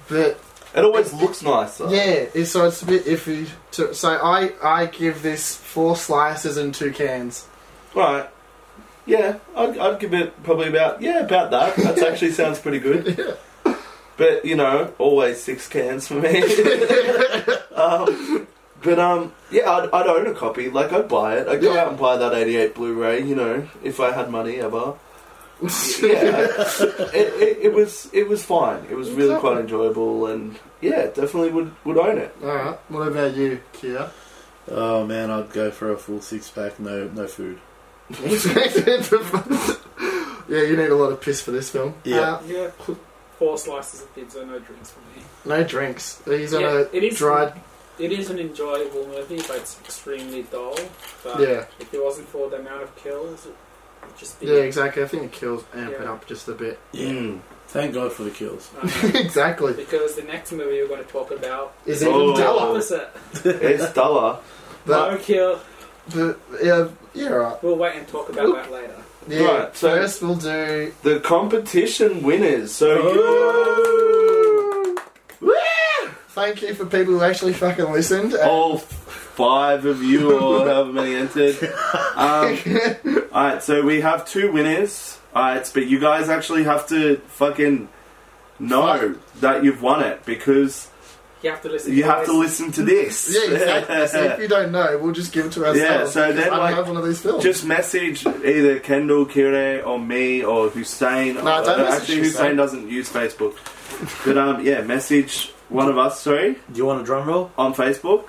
Speaker 6: but
Speaker 7: it always looks nice though.
Speaker 6: yeah. It's, so it's a bit iffy. To, so I I give this four slices and two cans.
Speaker 7: Right. Yeah, I'd, I'd give it probably about, yeah, about that. That actually sounds pretty good.
Speaker 6: Yeah.
Speaker 7: But, you know, always six cans for me. um, but, um, yeah, I'd, I'd own a copy. Like, I'd buy it. I'd go
Speaker 6: Yeah.
Speaker 7: out and buy that 88 Blu ray, you know, if I had money ever. yeah, it, it, it was it was fine. It was really quite
Speaker 6: Exactly.
Speaker 7: enjoyable, and yeah, definitely would would own it.
Speaker 6: All right. What about you, Kia?
Speaker 8: Oh man, I'd go for a full six pack. No, no food.
Speaker 6: yeah, you need a lot of piss for this film.
Speaker 8: Yeah.
Speaker 6: Uh,
Speaker 9: yeah, four slices of pizza, no drinks for me.
Speaker 6: no drinks. He's on
Speaker 9: Yeah,
Speaker 6: a
Speaker 9: it is-
Speaker 6: dried.
Speaker 9: It is an enjoyable movie, but it's extremely dull. But
Speaker 6: Yeah.
Speaker 9: if it wasn't for the amount of kills, it would just be
Speaker 6: Yeah, exactly. I think the kills amp it
Speaker 9: Yeah.
Speaker 6: up just a bit.
Speaker 7: Mm.
Speaker 8: Thank God for the kills.
Speaker 9: uh,
Speaker 6: exactly.
Speaker 9: because the next movie we're going to talk about
Speaker 6: Is
Speaker 9: the
Speaker 6: even
Speaker 7: Oh.
Speaker 9: total
Speaker 6: duller.
Speaker 9: opposite.
Speaker 7: It's duller.
Speaker 6: But-
Speaker 9: no kill.
Speaker 6: But yeah, yeah, right.
Speaker 9: We'll wait and talk about that later.
Speaker 6: Yeah,
Speaker 7: Right, so-
Speaker 6: first we'll do.
Speaker 7: The competition winners. So
Speaker 6: Thank you for people who actually fucking listened. and-
Speaker 7: all five of you, or however many entered. Um, all right, so we have two winners. All right, but you guys actually have to fucking know that you've won it because
Speaker 9: You have to listen.
Speaker 7: you have to
Speaker 9: this.
Speaker 7: listen to this.
Speaker 6: yeah, exactly. so if you don't know, we'll just give it to ourselves.
Speaker 7: Yeah, so
Speaker 6: because
Speaker 7: then,
Speaker 6: I
Speaker 7: like,
Speaker 6: don't have one of these films.
Speaker 7: Just message either Kendall, Kire, or me, or Hussein.
Speaker 6: No, don't message
Speaker 7: actually,
Speaker 6: Hussein.
Speaker 7: Hussein doesn't use Facebook. But um, yeah, message one of us. Sorry,
Speaker 8: Do you want a drum roll?
Speaker 7: on Facebook.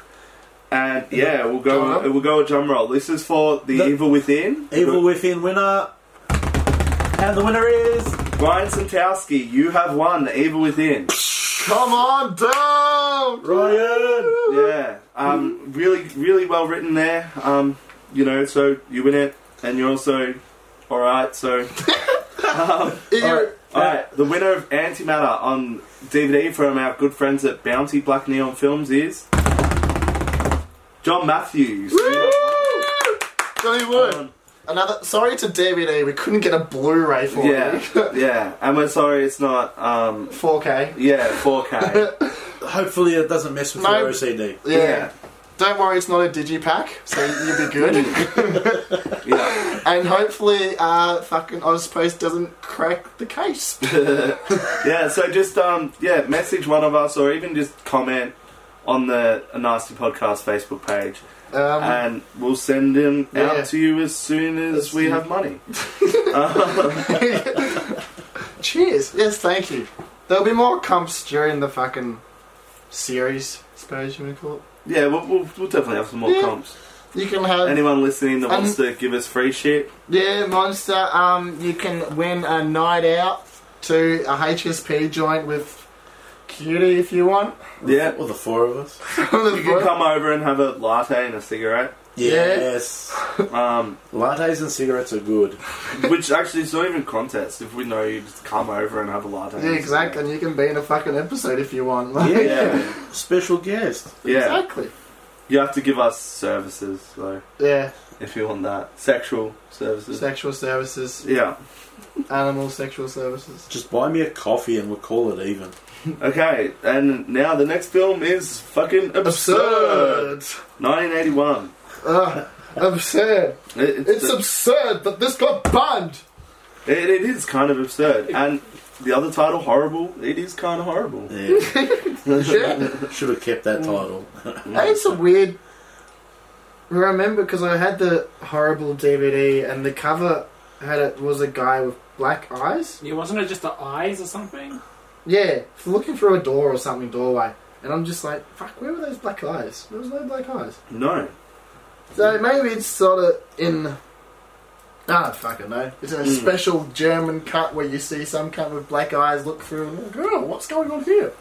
Speaker 7: And yeah, we'll go.
Speaker 6: Drum roll.
Speaker 7: We'll go a drum roll. This is for the,
Speaker 8: The-
Speaker 7: Evil Within.
Speaker 8: Evil Within winner, and the winner is
Speaker 7: Ryan Santowski, you have won the Evil Within.
Speaker 6: come on down.
Speaker 8: Ryan.
Speaker 7: Yeah, um, really, really well written there. Um, you know, so you win it, and you're also all right. So
Speaker 6: Ear-
Speaker 7: all right, Uh, the winner of Antimatter on DVD from our good friends at Bounty Black Neon Films is John Matthews.
Speaker 6: Woo! Johnny Wood.
Speaker 7: Um,
Speaker 6: Another. Sorry to DVD, we couldn't get a Blu-ray for
Speaker 7: yeah,
Speaker 6: you.
Speaker 7: yeah, and we're sorry it's not. Um,
Speaker 6: 4K.
Speaker 7: yeah, 4K.
Speaker 8: Hopefully, it doesn't mess with
Speaker 6: No.
Speaker 8: your OCD.
Speaker 6: Yeah. Don't worry, it's not a digipack, so you'll be good.
Speaker 7: Yeah.
Speaker 6: and hopefully, uh, fucking Ozpost doesn't crack the case.
Speaker 7: Yeah, so just um yeah, message one of us or even just comment on the A Nasty Podcast Facebook page
Speaker 6: Um,
Speaker 7: and we'll send them
Speaker 6: Yeah.
Speaker 7: out to you as soon as we have money.
Speaker 6: Cheers. Yes, thank you. There'll be more comps during the fucking series, I suppose you would call it.
Speaker 7: Yeah, we'll, we'll, we'll definitely have some more
Speaker 6: Yeah. Um,
Speaker 7: comps.
Speaker 6: You can have
Speaker 7: Anyone listening that wants to give us free shit,
Speaker 6: yeah, monster. Um, you can win a night out to a HSP joint with Cutie if you want.
Speaker 7: yeah,
Speaker 8: Or the four of us.
Speaker 7: you can come over and have a latte and a cigarette.
Speaker 8: Yes.
Speaker 7: Um,
Speaker 8: Lattes and cigarettes are good.
Speaker 7: which actually it's not even a contest. If we know you, just come over and have a latte.
Speaker 6: yeah, exactly. And you can be in a fucking episode if you want. Like,
Speaker 7: Yeah,
Speaker 8: Special guest.
Speaker 7: yeah.
Speaker 6: exactly.
Speaker 7: You have to give us services though,
Speaker 6: Yeah,
Speaker 7: if you want that sexual services.
Speaker 6: sexual services,
Speaker 7: yeah.
Speaker 6: animal sexual services.
Speaker 8: Just buy me a coffee and we'll call it even.
Speaker 7: Okay, and now the next film is fucking absurd. 1981.
Speaker 6: Ugh, absurd.
Speaker 7: It, it's
Speaker 6: It's absurd that this got banned.
Speaker 7: it- it is kind of absurd, and the other title, horrible. It is kind of horrible.
Speaker 8: Yeah.
Speaker 6: Shit.
Speaker 10: Should have kept that title.
Speaker 6: Hey, it's a weird. Remember, because I had the horrible DVD and the cover had it was a guy with black eyes.
Speaker 1: Yeah, wasn't it just the eyes or something?
Speaker 6: Yeah, looking through a door or something doorway, and I'm just like, fuck, where were those black eyes? There was no black eyes.
Speaker 7: No.
Speaker 6: So maybe it's sort of in. ah, I don't fucking know. It's in a special German cut where you see some cunt with black eyes look through and like, oh, what's going on here?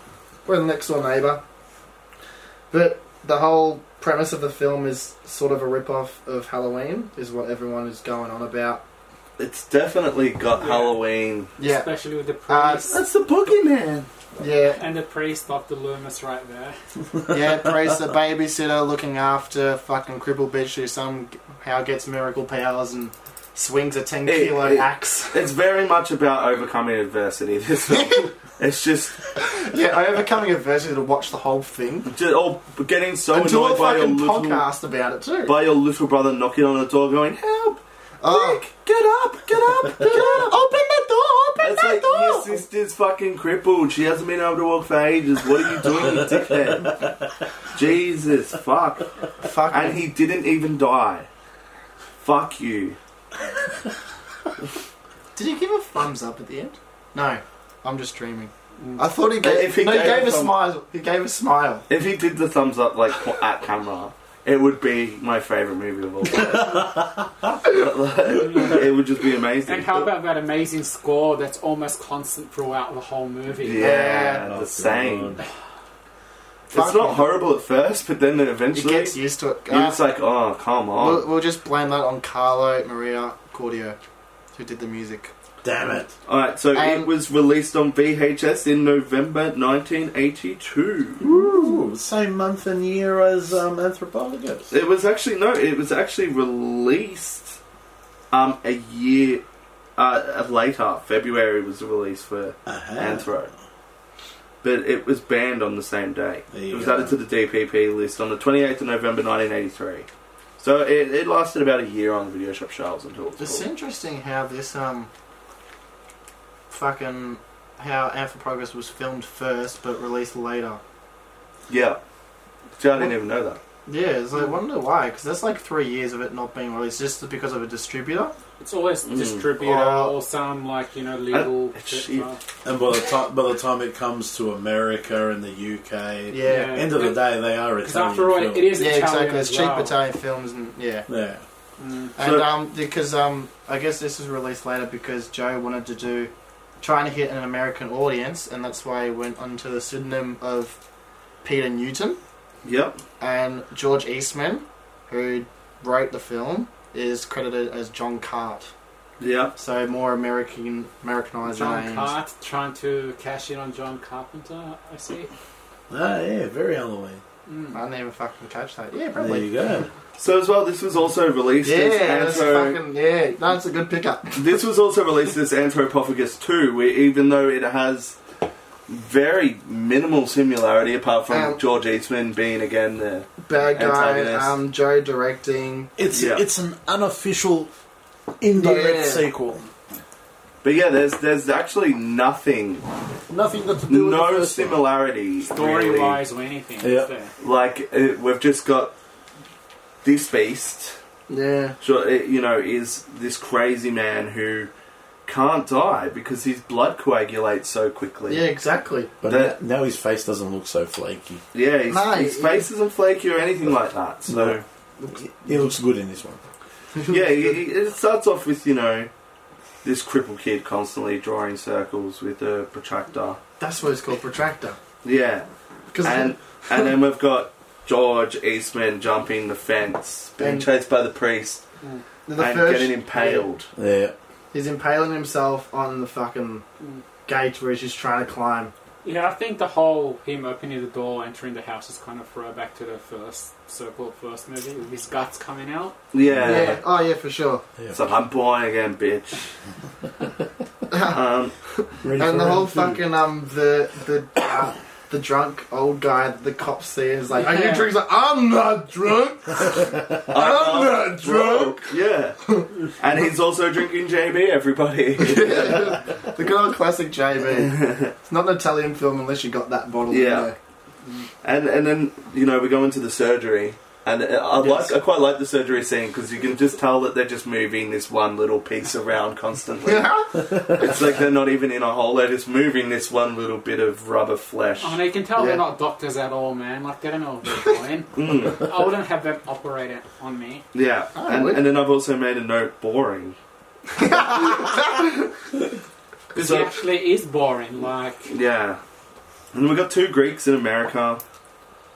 Speaker 6: We're the next door neighbour. But the whole premise of the film is sort of a rip off of Halloween, is what everyone is going on about.
Speaker 7: It's definitely got Halloween.
Speaker 6: Yeah.
Speaker 1: Especially with the
Speaker 6: Uh,
Speaker 1: priest.
Speaker 10: That's the Boogeyman.
Speaker 6: Yeah,
Speaker 1: and the priest of the Loomis right there.
Speaker 6: yeah, praise the babysitter looking after fucking crippled bitch who somehow gets miracle powers and swings a 10
Speaker 7: Hey,
Speaker 6: kilo
Speaker 7: hey.
Speaker 6: axe.
Speaker 7: It's very much about overcoming adversity. This film. it's just,
Speaker 6: Yeah, overcoming adversity to watch the whole thing.
Speaker 7: just all getting so
Speaker 6: and do a
Speaker 7: annoyed by your
Speaker 6: fucking
Speaker 7: little
Speaker 6: podcast about it too.
Speaker 7: by your little brother knocking on the door, going help.
Speaker 6: oh,
Speaker 7: Get up! Get up! Get up!
Speaker 6: open the door! Open
Speaker 7: It's
Speaker 6: the
Speaker 7: like your
Speaker 6: door!
Speaker 7: sister's fucking crippled. She hasn't been able to walk for ages. What are you doing, you dickhead? Jesus fuck!
Speaker 6: Fuck.
Speaker 7: And he didn't even die. Fuck you.
Speaker 6: Did he give a thumbs up at the end? No, I'm just dreaming. I thought he gave.
Speaker 7: Mm. If he
Speaker 6: no, he
Speaker 7: gave
Speaker 6: gave
Speaker 7: a
Speaker 6: a
Speaker 7: thumb-
Speaker 6: smile. He gave a smile.
Speaker 7: If he did the thumbs up like po- at camera, it would be my favorite movie of all time. Like, it would just be amazing.
Speaker 1: And how about that amazing score that's almost constant throughout the whole movie?
Speaker 7: yeah,
Speaker 10: Oh,
Speaker 7: the same.
Speaker 10: God.
Speaker 7: It's not horrible at first, but then
Speaker 6: It
Speaker 7: eventually
Speaker 6: gets used to it.
Speaker 7: you're
Speaker 6: Uh,
Speaker 7: just like, oh come on.
Speaker 6: we'll, we'll just blame that on Carlo Maria Cordio, who did the music.
Speaker 10: Damn it.
Speaker 7: All right, so it
Speaker 6: Um,
Speaker 7: was released on VHS in November 1982.
Speaker 10: Ooh, same month and year as um, Anthropologus.
Speaker 7: It was actually no, it was actually released um, a year uh, later. February was the release for
Speaker 10: Uh-huh.
Speaker 7: Anthro, Um, but it was banned on the same day.
Speaker 10: There you
Speaker 7: It was
Speaker 10: go.
Speaker 7: added to the DPP list on the 28th of November 1983. So it, it lasted about a year on the video shop shelves until it
Speaker 6: It's
Speaker 7: was pulled.
Speaker 6: interesting how this um fucking how Anthropologus was filmed first but released later.
Speaker 7: Yeah, See, I didn't even know that.
Speaker 6: Yeah, it's like, I wonder why because that's like three years of it not being released just because of a distributor.
Speaker 1: It's always
Speaker 10: Mm.
Speaker 1: distributor
Speaker 6: Or-
Speaker 10: Oh.
Speaker 1: or some like you know legal.
Speaker 7: Uh,
Speaker 1: shit,
Speaker 7: she-
Speaker 1: right?
Speaker 10: And by the, time, by the time it comes to America and the UK,
Speaker 6: Yeah,
Speaker 10: end of the day, they are
Speaker 1: Because
Speaker 10: Italian
Speaker 1: after all, it
Speaker 10: films.
Speaker 1: is
Speaker 6: yeah,
Speaker 1: Italian
Speaker 6: exactly.
Speaker 1: as
Speaker 6: It's
Speaker 1: well. Mm.
Speaker 6: cheap Italian films and yeah,
Speaker 10: Yeah.
Speaker 6: and
Speaker 7: So-
Speaker 6: um because um I guess this was released later because Joe wanted to do trying to hit an American audience and that's why he went under the pseudonym of Peter Newton.
Speaker 7: Yep.
Speaker 6: and George Eastman, who wrote the film, is credited as John Cart.
Speaker 7: Yeah.
Speaker 6: So more American Americanized
Speaker 1: John
Speaker 6: names.
Speaker 1: Cart trying to cash in on John Carpenter. I see. Mm.
Speaker 10: Ah, yeah, very Halloween.
Speaker 6: I didn't even fucking catch that. Yeah,
Speaker 10: There
Speaker 6: probably.
Speaker 10: you go.
Speaker 7: So as well, this was also released
Speaker 6: Yeah, that's
Speaker 7: as Anthro.
Speaker 6: fucking yeah. No, it's a good pickup.
Speaker 7: This was also released as Anthropophagus 2, where even though it has very minimal similarity, apart from
Speaker 6: Um,
Speaker 7: George Eastman being again the
Speaker 6: Bad guy.
Speaker 7: Antagonist.
Speaker 6: Um, Joe directing.
Speaker 10: It's
Speaker 7: Yeah.
Speaker 10: it's an unofficial indirect
Speaker 6: Yeah.
Speaker 10: sequel.
Speaker 7: But yeah, there's there's actually nothing,
Speaker 10: Nothing got to do with the
Speaker 7: no
Speaker 10: first one.
Speaker 7: similarity
Speaker 1: Story
Speaker 7: really.
Speaker 1: wise or anything. is
Speaker 10: Yeah.
Speaker 1: there?
Speaker 7: Like uh, we've just got this beast,
Speaker 6: Yeah,
Speaker 7: so it, you know, is this crazy man who can't die because his blood coagulates so quickly.
Speaker 6: yeah, exactly.
Speaker 10: But
Speaker 7: That-
Speaker 10: now now his face doesn't look so flaky.
Speaker 7: Yeah, his,
Speaker 6: No,
Speaker 7: his
Speaker 6: it-
Speaker 7: face isn't flaky or anything like that. So.
Speaker 10: He- He looks good in this one.
Speaker 7: yeah, he- he- it starts off with you know this crippled kid constantly drawing circles with a protractor.
Speaker 6: That's what it's called, protractor.
Speaker 7: Yeah,
Speaker 6: Because
Speaker 7: and and then we've got George Eastman jumping the fence, being
Speaker 6: And-
Speaker 7: chased by the priest,
Speaker 6: the
Speaker 7: and
Speaker 6: first-
Speaker 7: getting impaled.
Speaker 10: Yeah.
Speaker 6: He's impaling himself on the fucking gate where he's just trying to climb.
Speaker 1: Yeah, I think the whole him opening the door, entering the house is kind of throwback to the first so-called first movie with his guts coming out.
Speaker 7: Yeah.
Speaker 6: yeah. Oh yeah, for sure.
Speaker 7: It's like I'm born again, bitch.
Speaker 10: Ready
Speaker 7: um,
Speaker 10: for
Speaker 6: And the
Speaker 10: round
Speaker 6: whole
Speaker 10: two?
Speaker 6: fucking um the the uh, the drunk old guy that the cops see is like, "Are you
Speaker 1: Yeah.
Speaker 6: drinking?" Like, I'm not drunk. I'm not drunk.
Speaker 7: yeah, and he's also drinking JB. Everybody,
Speaker 6: the good old classic JB. It's not an Italian film unless you got that bottle. in
Speaker 7: Yeah.
Speaker 6: there.
Speaker 7: And and then you know we go into the surgery, and I I
Speaker 6: Yes.
Speaker 7: like I quite like the surgery scene because you can just tell that they're just moving this one little piece around constantly. it's like they're not even in a hole; they're just moving this one little bit of rubber flesh.
Speaker 6: Oh,
Speaker 1: I mean, Oh, you can tell
Speaker 6: Yeah.
Speaker 1: they're not doctors at all, man. Like, they don't know what they're doing.
Speaker 7: Hmm.
Speaker 1: I wouldn't have them operate it on me.
Speaker 7: Yeah, and,
Speaker 6: would-
Speaker 7: and then I've also made a note boring.
Speaker 1: Because it actually is boring. Like,
Speaker 7: Yeah, and we've got two Greeks in America,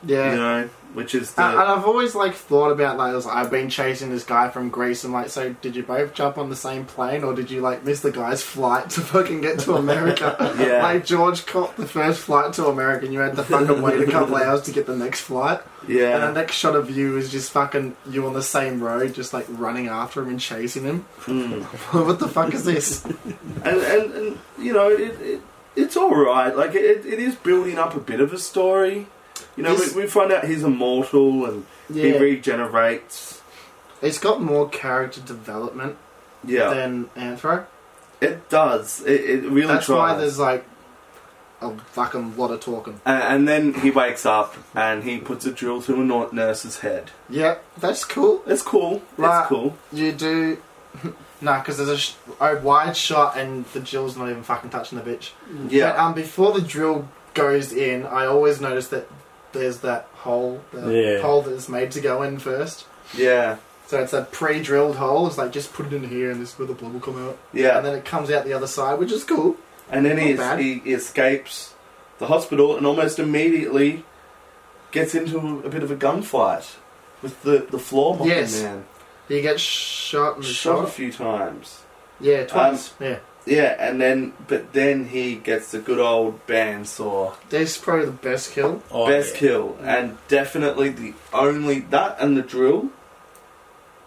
Speaker 6: Yeah.
Speaker 7: you know, which is the
Speaker 6: Uh, and I've always like thought about like, it was like, I've been chasing this guy from Greece and like so did you both jump on the same plane or did you like miss the guy's flight to fucking get to America?
Speaker 7: Yeah.
Speaker 6: Like George caught the first flight to America and you had to fucking wait a couple hours to get the next flight. And the
Speaker 7: yeah.
Speaker 6: next shot of you is just fucking you on the same road, just like running after him and chasing him.
Speaker 7: Hmm.
Speaker 6: what the fuck is this?
Speaker 7: and, and, and you know it, it it's all right. Like it, it is building up a bit of a story. You know,
Speaker 6: This-
Speaker 7: we, we find out he's immortal and he
Speaker 6: Yeah.
Speaker 7: regenerates.
Speaker 6: It's got more character development
Speaker 7: Yeah,
Speaker 6: than Anthro.
Speaker 7: it does. It, it really
Speaker 6: That's
Speaker 7: tries.
Speaker 6: why there's like a fucking lot of talking.
Speaker 7: A- and, then he wakes up and he puts a drill through a nor- nurse's head.
Speaker 6: Yeah, that's cool.
Speaker 7: It's cool.
Speaker 6: Right.
Speaker 7: It's cool.
Speaker 6: You do. Nah, because there's a, sh- a wide shot and the drill's not even fucking touching the bitch.
Speaker 7: Yeah.
Speaker 6: But um, before the drill goes in, I always notice that there's that hole, the
Speaker 8: Yeah.
Speaker 6: hole that is made to go in first.
Speaker 7: yeah.
Speaker 6: So it's a pre-drilled hole. It's like just put it in here, and this is where the blood will come out.
Speaker 7: Yeah.
Speaker 6: And then it comes out the other side, which is cool.
Speaker 7: And then he,
Speaker 6: Not bad.
Speaker 7: he, he escapes the hospital and almost immediately gets into a bit of a gunfight with the, the floor mopping
Speaker 6: Yes.
Speaker 7: man.
Speaker 6: You get shot in the
Speaker 7: Shot Um, a
Speaker 6: shoulder.
Speaker 7: few times.
Speaker 6: Yeah, twice. yeah,
Speaker 7: Yeah, and then but then he gets the good old bandsaw.
Speaker 6: this is probably the best kill.
Speaker 10: Oh,
Speaker 7: Best
Speaker 10: yeah.
Speaker 7: kill. And definitely the only that and the drill.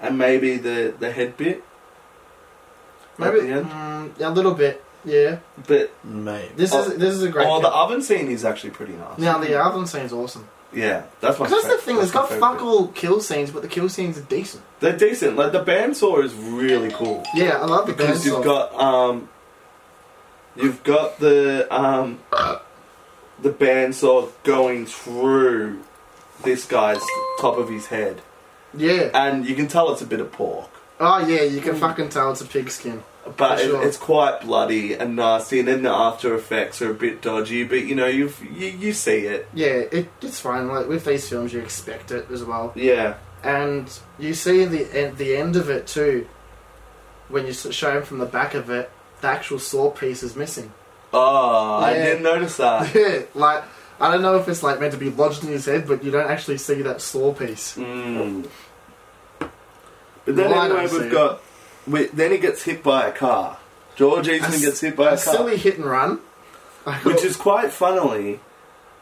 Speaker 7: And maybe the, the head bit.
Speaker 6: Maybe
Speaker 7: At the end.
Speaker 6: mm, a little bit. Yeah,
Speaker 7: But
Speaker 10: Mate.
Speaker 6: this
Speaker 7: Oh.
Speaker 6: is this is a great.
Speaker 7: oh,
Speaker 6: kill.
Speaker 7: the oven scene is actually pretty nice.
Speaker 6: now the oven scene's awesome.
Speaker 7: Yeah, Oh, that's my.
Speaker 6: 'Cause that's the
Speaker 7: fa-
Speaker 6: thing. It's
Speaker 7: my
Speaker 6: got
Speaker 7: favourite
Speaker 6: fuck all kill scenes, but the kill scenes are decent.
Speaker 7: bit. They're decent. Like the bandsaw is really cool.
Speaker 6: Yeah, I love the
Speaker 7: because
Speaker 6: bandsaw.
Speaker 7: you've got um, you've got the um, the bandsaw going through this guy's top of his head,
Speaker 6: yeah.
Speaker 7: and you can tell it's a bit of pork,
Speaker 6: Oh yeah, you can fucking tell it's a pigskin.
Speaker 7: but
Speaker 6: For
Speaker 7: it-
Speaker 6: sure.
Speaker 7: it's quite bloody and nasty. And then the after effects are a bit dodgy, but you know you've, you you see it.
Speaker 6: Yeah, it, it's fine. Like with these films, you expect it as well.
Speaker 7: Yeah,
Speaker 6: and you see the end, the end of it too. When you s- show him from the back of it, the actual saw piece is missing.
Speaker 7: oh, I
Speaker 6: Yeah.
Speaker 7: didn't notice that.
Speaker 6: Yeah, like I don't know if it's like meant to be lodged in his head, but you don't actually see that saw piece.
Speaker 7: Mm. But then
Speaker 6: Well, I
Speaker 7: anyway,
Speaker 6: don't see
Speaker 7: we've
Speaker 6: it.
Speaker 7: got. We, then he gets hit by a car. George Eastman
Speaker 6: s-
Speaker 7: gets hit by a,
Speaker 6: A
Speaker 7: car.
Speaker 6: silly hit and run,
Speaker 7: Which is quite funnily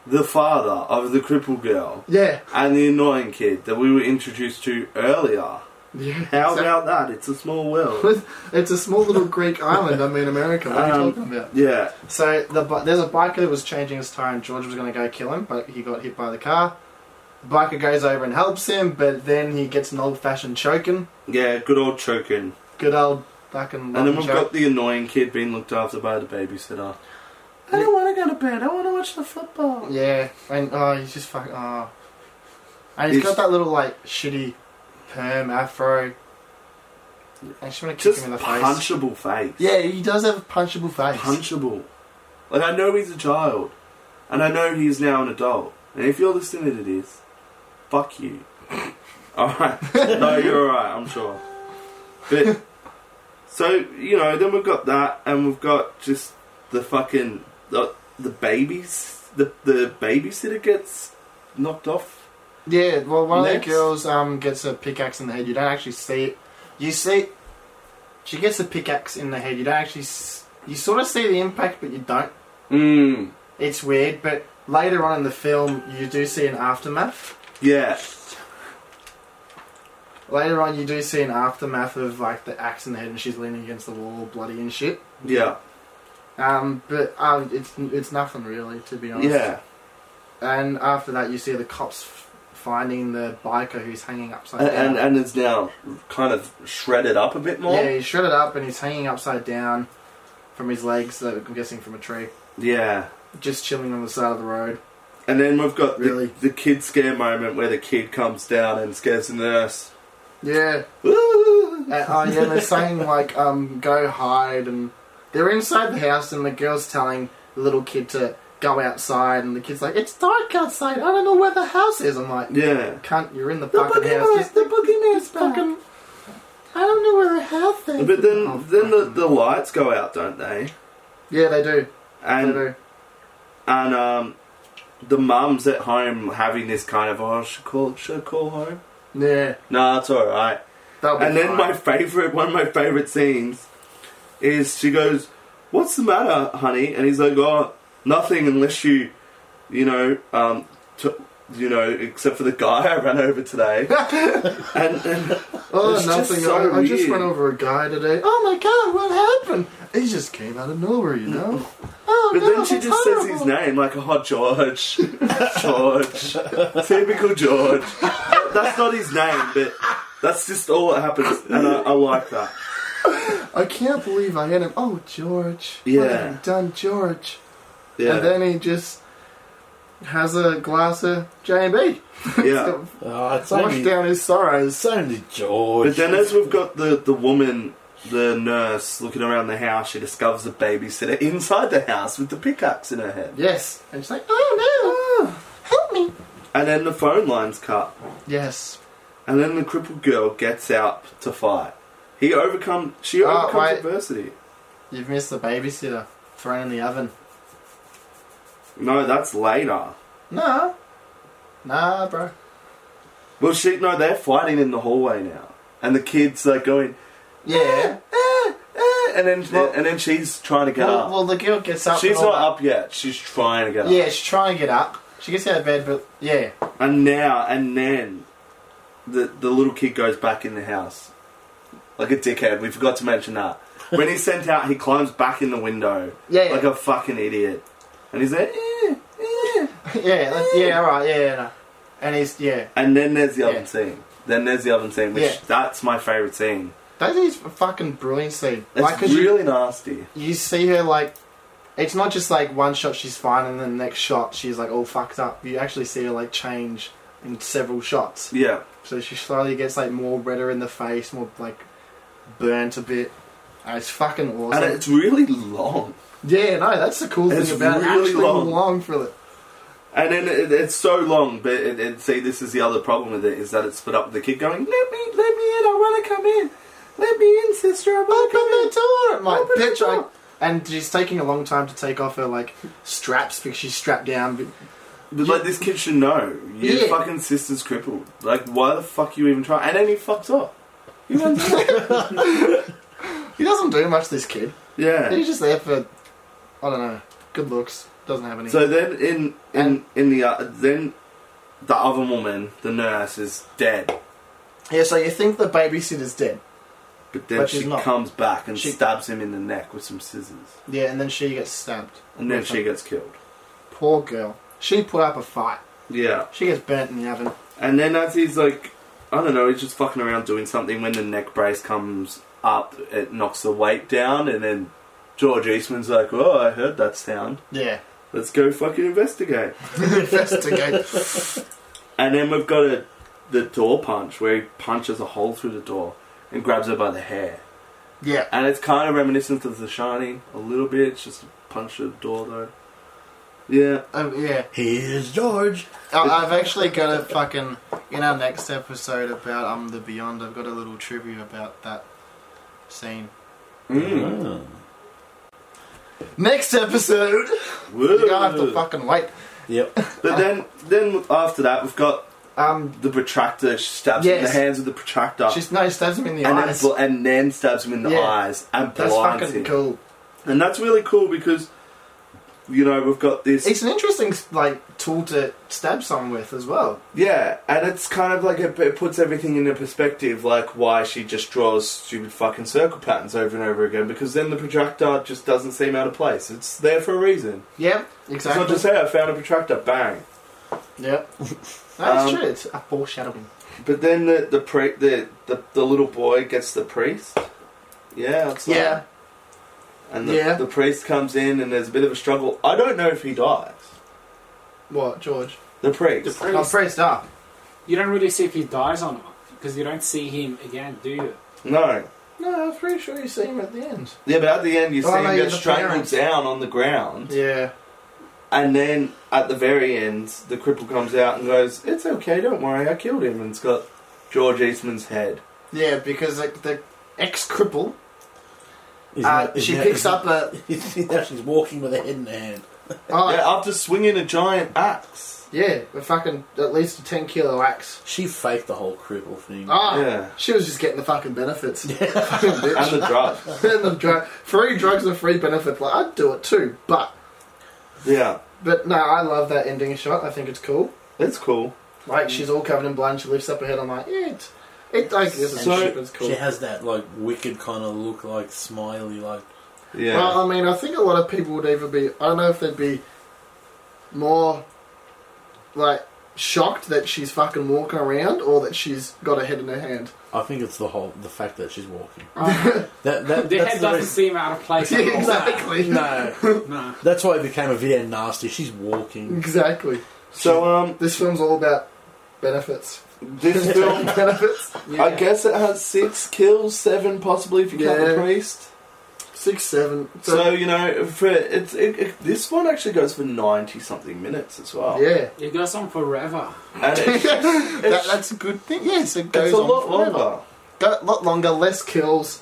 Speaker 7: the father of the crippled girl
Speaker 6: yeah,
Speaker 7: and the annoying kid that we were introduced to earlier.
Speaker 6: yeah.
Speaker 7: How
Speaker 6: So-
Speaker 7: about that? It's a small world.
Speaker 6: it's a small little Greek island. I mean, America. What are you
Speaker 7: Um,
Speaker 6: talking about?
Speaker 7: yeah,
Speaker 6: So the bi- there's a biker that was changing his tire, and George was going to go kill him, but he got hit by the car. The biker goes over and helps him, but then he gets an old-fashioned choking.
Speaker 7: yeah, good old choking.
Speaker 6: Good old fucking.
Speaker 7: And then we've
Speaker 6: London joke.
Speaker 7: got the annoying kid being looked after by the babysitter. I don't want to go to bed. I want to watch the football.
Speaker 6: Yeah, and oh, he's just fucking. Oh. And he's
Speaker 7: He's-
Speaker 6: got that little like shitty perm afro. I just want to kick
Speaker 7: Just
Speaker 6: him in the face.
Speaker 7: punchable face.
Speaker 6: Yeah, he does have a punchable face.
Speaker 7: punchable. Like I know he's a child, and I know he's now an adult. And if you're listening to this, fuck you. all right, no, you're all right. I'm sure. But so you know, then we've got that, and we've got just the fucking the, the babies. The the babysitter gets knocked off.
Speaker 6: Yeah, well, one of
Speaker 7: Next.
Speaker 6: the girls um gets a pickaxe in the head. You don't actually see it. You see, she gets a pickaxe in the head. You don't actually. S- you sort of see the impact, but you don't.
Speaker 7: Mm.
Speaker 6: It's weird, but later on in the film, you do see an aftermath.
Speaker 7: Yeah.
Speaker 6: Later on, you do see an aftermath of like the axe in the head, and she's leaning against the wall, all bloody and shit.
Speaker 7: Yeah.
Speaker 6: Um, but um, it's it's nothing really, to be honest.
Speaker 7: Yeah.
Speaker 6: And after that, you see the cops f- finding the biker who's hanging upside
Speaker 7: And,
Speaker 6: down.
Speaker 7: and and it's now kind of shredded up a bit more.
Speaker 6: yeah, he's shredded up and he's hanging upside down from his legs. So I'm guessing from a tree,
Speaker 7: yeah.
Speaker 6: just chilling on the side of the road.
Speaker 7: And then we've got
Speaker 6: Really?
Speaker 7: the, the kid scare moment where the kid comes down and scares the nurse.
Speaker 6: Yeah.
Speaker 7: Woo!
Speaker 6: Uh, oh yeah, they're saying like, um, go hide, and they're inside the house, and the girl's telling the little kid to go outside, and the kid's like, it's dark outside. I don't know where the house is. I'm like,
Speaker 7: Yeah.
Speaker 6: cunt, you're in the
Speaker 7: The
Speaker 6: fucking house.
Speaker 7: boogeyman,
Speaker 6: Just
Speaker 7: the boogeyman's back.
Speaker 6: fucking. I don't know where the house is.
Speaker 7: But then,
Speaker 6: Oh,
Speaker 7: then the, the lights go out, don't they?
Speaker 6: yeah, they do. They
Speaker 7: And
Speaker 6: do.
Speaker 7: and um, the mum's at home having this kind of oh, should call should I call home.
Speaker 6: Yeah.
Speaker 7: Nah, it's all right.
Speaker 6: They'll be
Speaker 7: And then
Speaker 6: fine.
Speaker 7: my favorite, one of my favorite scenes, is she goes, "What's the matter, honey?" And he's like, "Oh, nothing, unless you, you know, um, t- you know, except for the guy I ran over today." and, and
Speaker 6: Oh,
Speaker 7: It's just
Speaker 6: nothing.
Speaker 7: so
Speaker 6: I, I just
Speaker 7: weird.
Speaker 6: went over a guy today. Oh my god, what happened? He just came out of nowhere, you know. Oh,
Speaker 7: but
Speaker 6: no,
Speaker 7: then she
Speaker 6: that's
Speaker 7: just
Speaker 6: horrible.
Speaker 7: says his name like, "Oh, George, George, typical George." That's not his name, but that's just all that happens, and I, I like that.
Speaker 6: I can't believe I hit him. Oh, George. What
Speaker 7: Yeah.
Speaker 6: have you done, George?
Speaker 7: Yeah,
Speaker 6: And then he just has a glass of
Speaker 7: Uh,
Speaker 6: J&B.
Speaker 7: yeah.
Speaker 8: Oh, it's
Speaker 6: Wash
Speaker 8: only,
Speaker 6: down his sorrows.
Speaker 8: it's only George.
Speaker 7: But then, as we've got the, the woman, the nurse, looking around the house, she discovers a babysitter inside the house with the pickaxe in her hand.
Speaker 6: Yes. And she's like, oh no, help me.
Speaker 7: And then the phone line's cut.
Speaker 6: Yes.
Speaker 7: And then the crippled girl gets out to fight. He overcome. She
Speaker 6: Oh,
Speaker 7: overcomes
Speaker 6: wait.
Speaker 7: adversity.
Speaker 6: You've missed the babysitter. Thrown in the oven.
Speaker 7: No, that's later.
Speaker 6: Nah. Nah, bro.
Speaker 7: Well, she no, they're fighting in the hallway now, and the kids are going,
Speaker 6: Yeah.
Speaker 7: "Ah, ah," and then
Speaker 6: Well-
Speaker 7: and then she's trying to get
Speaker 6: Well,
Speaker 7: up.
Speaker 6: well, the girl gets up.
Speaker 7: she's
Speaker 6: and all
Speaker 7: not
Speaker 6: that.
Speaker 7: up yet. She's trying to get up.
Speaker 6: Yeah, she's trying to get up. She gets out of bed, but yeah.
Speaker 7: And now and then, the the little kid goes back in the house, like a dickhead. We forgot to mention that. When he's sent out, he climbs back in the window,
Speaker 6: Yeah, yeah.
Speaker 7: like a fucking idiot. And he's there, "Eh, eh."
Speaker 6: Yeah, like, yeah, alright, yeah, yeah. no. And he's, yeah.
Speaker 7: and then there's the oven
Speaker 6: Yeah.
Speaker 7: scene. Then there's the oven scene, which
Speaker 6: Yeah.
Speaker 7: that's my favorite scene.
Speaker 6: That is a fucking brilliant scene.
Speaker 7: It's
Speaker 6: Like, 'cause you,
Speaker 7: really nasty.
Speaker 6: you see her, like, it's not just like one shot she's fine and then the next shot she's like all fucked up. You actually see her, like, change in several shots.
Speaker 7: Yeah,
Speaker 6: So she slowly gets, like, more redder in the face, more, like, burnt a bit. Uh, it's fucking awesome.
Speaker 7: and it's really long.
Speaker 6: yeah, no, that's the cool
Speaker 7: It's
Speaker 6: thing about it.
Speaker 7: really
Speaker 6: Actually,
Speaker 7: long.
Speaker 6: long. for it.
Speaker 7: And then it, it's so long, but it, it, see, this is the other problem with it is that it's split up with the kid going, "Let me, let me in, I want to come in, let me in, sister, I want to
Speaker 6: Open
Speaker 7: come in."
Speaker 6: the door, my
Speaker 7: Open the
Speaker 6: bitch! I,
Speaker 7: door.
Speaker 6: and she's taking a long time to take off her like straps because she's strapped down. But
Speaker 7: But like this kid should know. Your
Speaker 6: Yeah.
Speaker 7: fucking sister's crippled. Like why the fuck you even try? And then he fucks up. He runs off.
Speaker 6: he doesn't do much. This kid.
Speaker 7: Yeah.
Speaker 6: He's just there for, I don't know, good looks. Doesn't have any.
Speaker 7: So then in in
Speaker 6: And-
Speaker 7: in the uh, then the other woman, the nurse, is dead.
Speaker 6: yeah, so you think the babysitter's dead.
Speaker 7: But then
Speaker 6: But she's
Speaker 7: she
Speaker 6: not.
Speaker 7: comes back and
Speaker 6: She-
Speaker 7: stabs him in the neck with some scissors,
Speaker 6: Yeah, and then she gets stabbed.
Speaker 7: and then she gets killed.
Speaker 6: Poor girl. She put up a fight.
Speaker 7: Yeah.
Speaker 6: She gets burnt in the oven.
Speaker 7: And then as he's like, I don't know, he's just fucking around doing something. When the neck brace comes up, it knocks the weight down, and then George Eastman's like, "Oh, I heard that sound.
Speaker 6: Yeah.
Speaker 7: Let's go fucking investigate."
Speaker 6: Investigate.
Speaker 7: And then we've got a, the door punch where he punches a hole through the door and grabs her by the hair.
Speaker 6: yeah.
Speaker 7: And it's kind of reminiscent of The Shining a little bit. It's just a punch through the door though. Yeah.
Speaker 6: Um, yeah.
Speaker 8: Here's George.
Speaker 6: I, I've actually got a fucking in our next episode about um the Beyond. I've got a little trivia about that scene. Hmm.
Speaker 7: Mm.
Speaker 8: Ah.
Speaker 6: Next episode,
Speaker 7: Woo.
Speaker 6: you gonna have to fucking wait.
Speaker 8: Yep.
Speaker 6: Uh,
Speaker 7: But then, then after that, we've got
Speaker 6: Um,
Speaker 7: the protractor. She stabs him in the
Speaker 6: Yes.
Speaker 7: hands with the protractor.
Speaker 6: she's no, she stabs him in the
Speaker 7: and then,
Speaker 6: eyes.
Speaker 7: bl- and then stabs him in the
Speaker 6: Yeah.
Speaker 7: eyes and
Speaker 6: That's
Speaker 7: blinds
Speaker 6: fucking
Speaker 7: him.
Speaker 6: cool.
Speaker 7: And that's really cool because, you know, we've got this.
Speaker 6: It's an interesting like tool to stab someone with as well.
Speaker 7: Yeah, and it's kind of like it, it puts everything into perspective, like why she just draws stupid fucking circle patterns over and over again, because then the protractor just doesn't seem out of place. It's there for a reason.
Speaker 6: Yeah,
Speaker 7: It's
Speaker 6: exactly.
Speaker 7: not just, hey, I found a protractor, bang.
Speaker 6: Yep. That's
Speaker 7: Um,
Speaker 6: true. It's a foreshadowing.
Speaker 7: But then the the, pre- the, the the little boy gets the priest. Yeah, it's like-
Speaker 6: Yeah.
Speaker 7: And the,
Speaker 6: Yeah.
Speaker 7: the priest comes in, and there's a bit of a struggle. I don't know if he dies.
Speaker 6: What, George?
Speaker 7: The priest.
Speaker 1: The
Speaker 6: I'm
Speaker 1: priest.
Speaker 6: priest up.
Speaker 1: You don't really see if he dies or not because you don't see him again, do you?
Speaker 7: no.
Speaker 6: No, I'm pretty sure you see him at the end.
Speaker 7: Yeah, but at the end you
Speaker 6: Oh,
Speaker 7: see
Speaker 6: no,
Speaker 7: him
Speaker 6: you're
Speaker 7: get
Speaker 6: the
Speaker 7: strangled
Speaker 6: parents.
Speaker 7: down on the ground,
Speaker 6: Yeah.
Speaker 7: and then at the very end, the cripple comes out and goes, "It's okay, don't worry, I killed him." And it's got George Eastman's head.
Speaker 6: Yeah, because like the ex cripple,
Speaker 8: Isn't
Speaker 6: uh,
Speaker 8: that- isn't
Speaker 6: she
Speaker 8: that-
Speaker 6: picks up a.
Speaker 8: now she's walking with her head in her hand.
Speaker 6: Oh,
Speaker 7: Yeah, after swinging a giant axe.
Speaker 6: yeah, a fucking at least a ten kilo axe.
Speaker 8: She faked the whole cripple thing.
Speaker 6: Ah,
Speaker 7: Yeah.
Speaker 6: she was just getting the fucking benefits. Fucking
Speaker 7: And
Speaker 6: bitch.
Speaker 7: the drug.
Speaker 6: and the dr- free drugs and free benefits. Like I'd do it too, but
Speaker 7: Yeah,
Speaker 6: but no, I love that ending shot. I think it's cool.
Speaker 7: it's cool.
Speaker 6: Like she's all covered in blood. and She lifts up her head. I'm like, yeah, it's, it. Like, this is
Speaker 8: So-
Speaker 6: shit, but it's cool.
Speaker 8: She has that like wicked kind of look, like smiley, like
Speaker 7: Yeah.
Speaker 6: Well, uh, I mean, I think a lot of people would either be, I don't know if they'd be more, like, shocked that she's fucking walking around or that she's got a head in her hand.
Speaker 8: I think it's the whole the fact that she's walking.
Speaker 1: Oh.
Speaker 8: That, that
Speaker 1: The
Speaker 8: that's
Speaker 1: head
Speaker 8: the
Speaker 1: doesn't
Speaker 8: reason-
Speaker 1: seem out of place. at all.
Speaker 6: exactly.
Speaker 8: No,
Speaker 1: No.
Speaker 8: that's why it became a video nasty. She's walking.
Speaker 6: Exactly.
Speaker 7: so um,
Speaker 6: This film's all about benefits.
Speaker 7: this film,
Speaker 6: benefits.
Speaker 7: I guess it has six kills, seven possibly if you count the
Speaker 6: Yeah.
Speaker 7: priest.
Speaker 6: Six, seven.
Speaker 7: So, you know, for it's it, it, this one actually goes for ninety something minutes as well.
Speaker 6: yeah.
Speaker 1: It goes on forever.
Speaker 7: and it's, it's,
Speaker 6: That, that's a good thing. Yes, it goes
Speaker 7: it's a
Speaker 6: on
Speaker 7: lot
Speaker 6: forever.
Speaker 7: longer.
Speaker 6: Go, lot longer, less kills.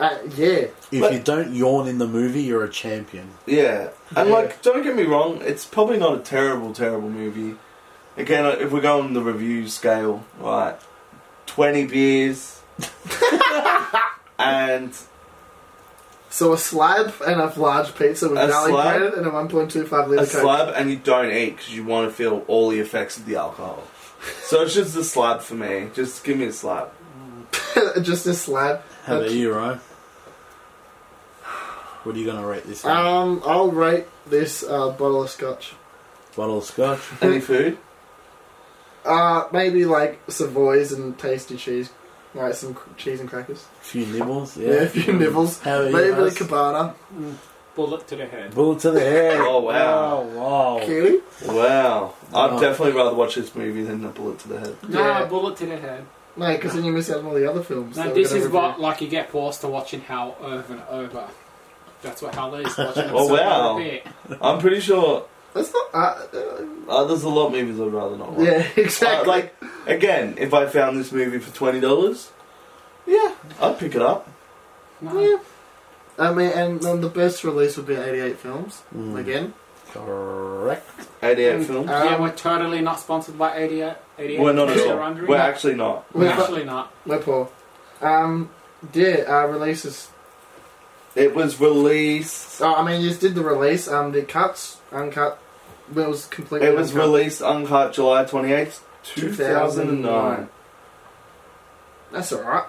Speaker 6: Uh, yeah.
Speaker 8: If
Speaker 7: But-
Speaker 8: you don't yawn in the movie, you're a champion.
Speaker 7: Yeah, and
Speaker 6: Yeah.
Speaker 7: like, don't get me wrong, it's probably not a terrible, terrible movie. Again, uh, if we go on the review scale, right, twenty beers, and
Speaker 6: So a slab and a large pizza with
Speaker 7: A
Speaker 6: garlic
Speaker 7: slab?
Speaker 6: bread and a 1.25 litre
Speaker 7: a
Speaker 6: Coke.
Speaker 7: slab, and you don't eat because you want to feel all the effects of the alcohol. So it's just a slab for me. Just give me a slab.
Speaker 6: Just a slab.
Speaker 8: How about
Speaker 6: That's-
Speaker 8: you, Ryan? What are you going to rate this? thing?
Speaker 6: Um, I'll rate this uh, bottle of scotch.
Speaker 8: Bottle of scotch.
Speaker 7: Any food?
Speaker 6: Uh, maybe like Savoy's and tasty cheese, like some c- cheese and crackers.
Speaker 8: A few nibbles.
Speaker 6: Yeah,
Speaker 8: Yeah.
Speaker 6: a
Speaker 7: Mm.
Speaker 6: few nibbles.
Speaker 8: How about
Speaker 6: maybe
Speaker 8: you?
Speaker 6: a bit
Speaker 8: Russ?
Speaker 6: of cabana.
Speaker 1: Bullet to the head.
Speaker 8: Bullet to the head.
Speaker 7: Oh, wow.
Speaker 8: Oh, wow.
Speaker 6: Kiwi.
Speaker 7: Wow. I'd
Speaker 8: Wow.
Speaker 7: definitely rather watch this movie than a bullet to the head.
Speaker 1: No,
Speaker 6: Yeah.
Speaker 1: bullet to the head.
Speaker 6: No, because then you miss out on all the other films. that
Speaker 1: No,
Speaker 6: we're
Speaker 1: this
Speaker 6: gonna
Speaker 1: is
Speaker 6: review.
Speaker 1: what like you get forced to watching Hal over and over. That's what Hal is watching.
Speaker 7: Oh,
Speaker 1: episode
Speaker 7: wow.
Speaker 1: by bit.
Speaker 7: I'm pretty sure
Speaker 6: That's not. Uh, uh,
Speaker 7: uh, there's a lot of movies I'd rather not watch.
Speaker 6: yeah,
Speaker 7: Uh,
Speaker 6: exactly.
Speaker 7: like, again, if I found this movie for $20, yeah, I'd pick it up.
Speaker 1: No.
Speaker 6: I mean, and then the best release would be 88 films
Speaker 7: Mm.
Speaker 6: again.
Speaker 8: Correct.
Speaker 7: 88 film.
Speaker 6: uh,
Speaker 1: yeah, we're totally not sponsored by 88. 88
Speaker 7: We're not at
Speaker 1: We're
Speaker 7: all.
Speaker 1: under it.
Speaker 7: We're actually not.
Speaker 1: We're
Speaker 6: We're-
Speaker 1: actually not.
Speaker 6: We're poor. Um, yeah, uh, releases.
Speaker 7: It was released.
Speaker 6: Oh, I mean, you just did the release. Um, the cuts, uncut. It was completely.
Speaker 7: It was
Speaker 6: uncut.
Speaker 7: released uncut July 28th,
Speaker 6: 2009.
Speaker 7: 2009.
Speaker 6: That's alright.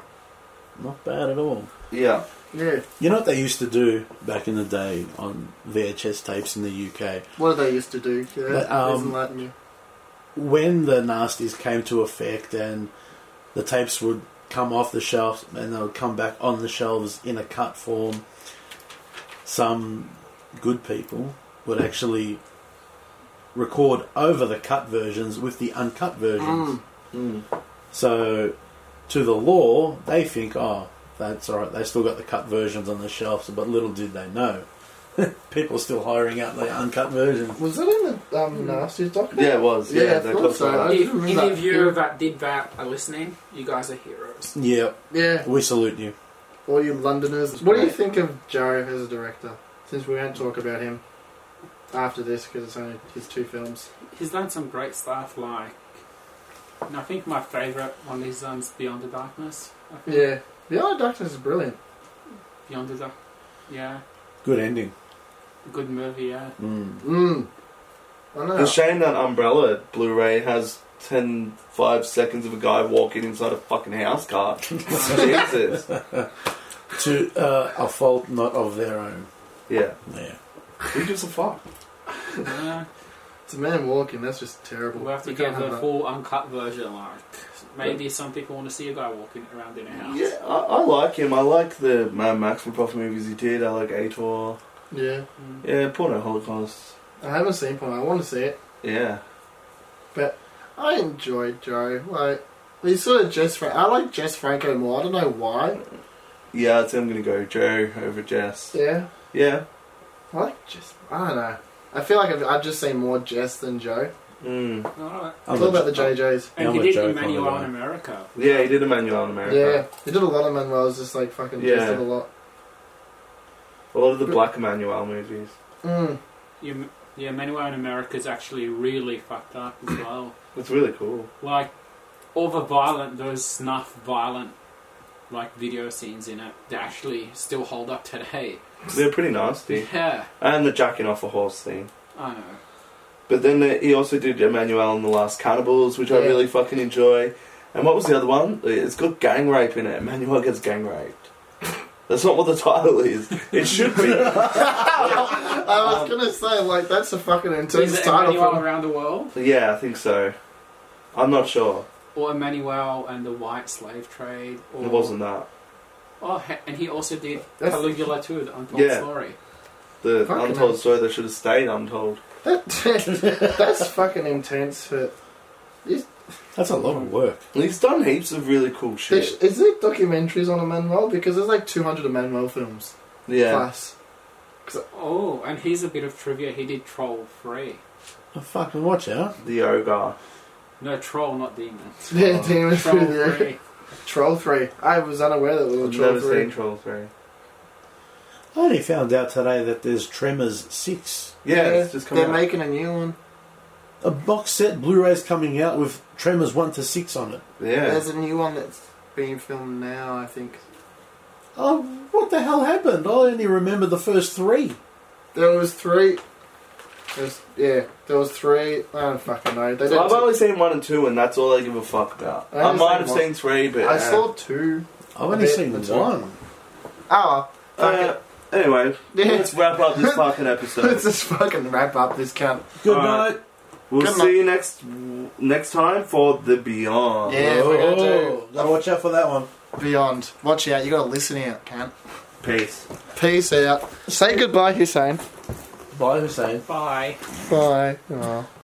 Speaker 8: Not bad at all.
Speaker 7: Yeah.
Speaker 6: Yeah.
Speaker 8: You know what they used to do back in the day on VHS tapes in the UK?
Speaker 6: What do they used to do? Yeah,
Speaker 8: But, um,
Speaker 6: isn't that new?
Speaker 8: When the nasties came to effect and the tapes would come off the shelves and they would come back on the shelves in a cut form, some good people would actually record over the cut versions with the uncut versions. So, to the law, they think, oh, that's all right. They still got the cut versions on the shelves, but little did they know, people are still hiring out the uncut version.
Speaker 6: Was it in the um, Nasties doc?
Speaker 7: Yeah, it was. Yeah,
Speaker 6: Yeah, I
Speaker 7: they
Speaker 6: thought
Speaker 7: cut
Speaker 6: so.
Speaker 7: that.
Speaker 1: Hmm.
Speaker 6: I
Speaker 1: If
Speaker 6: just remember
Speaker 1: any
Speaker 6: that
Speaker 1: of you
Speaker 6: period.
Speaker 1: that did that are listening, you guys are heroes.
Speaker 8: Yeah,
Speaker 6: Yeah.
Speaker 8: we salute you.
Speaker 6: All you Londoners. What do you think of Joe as a director? Since we won't talk about him after this because it's only his two films.
Speaker 1: He's done some great stuff, like. And I think my favourite one he's done is um, Beyond the Darkness. I think.
Speaker 6: Yeah. The Other Darkness is brilliant.
Speaker 1: Beyond the Dark. Yeah.
Speaker 8: Good ending.
Speaker 1: Good movie, yeah.
Speaker 6: Mmm. I know.
Speaker 7: It's a shame that Umbrella Blu-ray has 10, 5 seconds of a guy walking inside a fucking house car. Jesus.
Speaker 8: To uh, a fault not of their own.
Speaker 7: Yeah.
Speaker 8: Yeah.
Speaker 7: Who gives a fuck?
Speaker 1: yeah.
Speaker 6: It's a man walking. That's just terrible.
Speaker 1: We'll have to
Speaker 6: We
Speaker 1: get
Speaker 6: can't have
Speaker 1: the
Speaker 6: that.
Speaker 1: full uncut version, like. Maybe some people want to see a guy walking around in a house.
Speaker 7: Yeah, I, I like him. I like the Mad Max for profit movies he did. I like Ator.
Speaker 6: Yeah.
Speaker 7: Yeah, Porno Holocaust.
Speaker 6: I haven't seen Porno. I want to see it.
Speaker 7: Yeah.
Speaker 6: But I enjoyed Joe. Like we sort of Jess. Fran- I like Jess Franco more. I don't know why.
Speaker 7: Yeah, I'd say I'm gonna go Joe over Jess.
Speaker 6: Yeah,
Speaker 7: Yeah.
Speaker 6: I like Jess. I don't know. I feel like I've, I've just seen more Jess than Joe.
Speaker 7: Mm.
Speaker 1: Alright.
Speaker 6: It's all about the JJs.
Speaker 1: And
Speaker 10: I'm
Speaker 1: he
Speaker 10: a
Speaker 1: did
Speaker 10: joke on the
Speaker 1: Emmanuel in
Speaker 10: line.
Speaker 1: America.
Speaker 7: Yeah, he did Emmanuel in
Speaker 6: Yeah,
Speaker 7: America.
Speaker 6: he did a lot of Manuel's. Just like fucking yeah.
Speaker 7: Yeah.
Speaker 6: did a lot.
Speaker 7: A lot of the Black Emmanuel movies.
Speaker 6: Mm.
Speaker 1: You, yeah, Emmanuel in America is actually really fucked up as well.
Speaker 7: It's really cool.
Speaker 1: like over violent those snuff violent like video scenes in it they actually still hold up today
Speaker 7: They're pretty nasty.
Speaker 1: yeah
Speaker 7: And the jacking off a horse thing.
Speaker 1: i know
Speaker 7: But then uh, he also did Emmanuel in The Last Cannibals, which I
Speaker 6: Yeah.
Speaker 7: really fucking enjoy. And what was the other one? It's got gang rape in it. Emmanuel gets gang raped. That's not what the title is. It should be.
Speaker 6: I was gonna say like that's a fucking
Speaker 1: is
Speaker 6: intense
Speaker 1: it
Speaker 6: title.
Speaker 1: Emmanuel
Speaker 6: For
Speaker 1: around Um, the world
Speaker 7: yeah, I think so. I'm not sure.
Speaker 1: or Emmanuel and the white slave trade or
Speaker 7: It wasn't that.
Speaker 1: oh he- and he also did
Speaker 6: That's-
Speaker 1: Caligula too the untold
Speaker 7: Yeah.
Speaker 1: story
Speaker 7: The
Speaker 6: Fucking
Speaker 7: untold
Speaker 6: hell.
Speaker 7: story that should have stayed untold.
Speaker 6: that, that's fucking intense. For
Speaker 10: That's a lot of work.
Speaker 7: And he's done heaps of really cool shit.
Speaker 6: There's- is there documentaries on Emmanuel? Because there's like 200 Emmanuel films.
Speaker 7: yeah.
Speaker 6: Plus,
Speaker 1: oh and here's a bit of trivia he did Troll 3
Speaker 10: Oh, fucking watch out.
Speaker 7: The ogre.
Speaker 1: no Troll not demon
Speaker 6: yeah, Demon
Speaker 1: Troll
Speaker 6: Through the Air.
Speaker 1: 3
Speaker 6: Troll Three. I was unaware that we were
Speaker 7: I've
Speaker 6: Troll
Speaker 7: never
Speaker 6: Three.
Speaker 7: seen Troll 3.
Speaker 10: I only found out today that there's Tremors 6.
Speaker 7: Yeah, it's just come
Speaker 6: they're
Speaker 7: out.
Speaker 6: making a new one.
Speaker 10: A box set Blu-ray's coming out with Tremors 1 to 6 on it.
Speaker 7: yeah.
Speaker 6: There's a new one that's being filmed now. I think
Speaker 10: Oh, what the hell happened? I only remember the first three.
Speaker 6: there was three. There's yeah, there was three. I don't fucking know. They did
Speaker 7: I've only seen one and two, and that's all I give a fuck about.
Speaker 6: I
Speaker 7: I,
Speaker 6: only
Speaker 7: might
Speaker 6: seen
Speaker 7: have
Speaker 6: one.
Speaker 7: seen three, but
Speaker 6: I
Speaker 7: uh,
Speaker 6: saw two.
Speaker 10: I've only
Speaker 6: bet
Speaker 10: seen
Speaker 6: that's
Speaker 10: one.
Speaker 6: Oh, fuck
Speaker 7: Uh, anyway,
Speaker 6: Yeah.
Speaker 7: let's wrap up this fucking
Speaker 6: it. let's
Speaker 7: episode.
Speaker 6: just fucking wrap up this count.
Speaker 10: Good
Speaker 7: All right.
Speaker 10: night.
Speaker 7: We'll
Speaker 6: Good
Speaker 7: see you next next time for the Beyond.
Speaker 6: Yeah, we're gonna do
Speaker 10: Oh, gotta watch out for that one.
Speaker 6: Beyond. Watch out. You gotta listen out, can.
Speaker 7: Peace.
Speaker 6: Peace out. Say goodbye, Hussein.
Speaker 10: Bye, Hussein.
Speaker 1: bye
Speaker 6: Bye. Aw.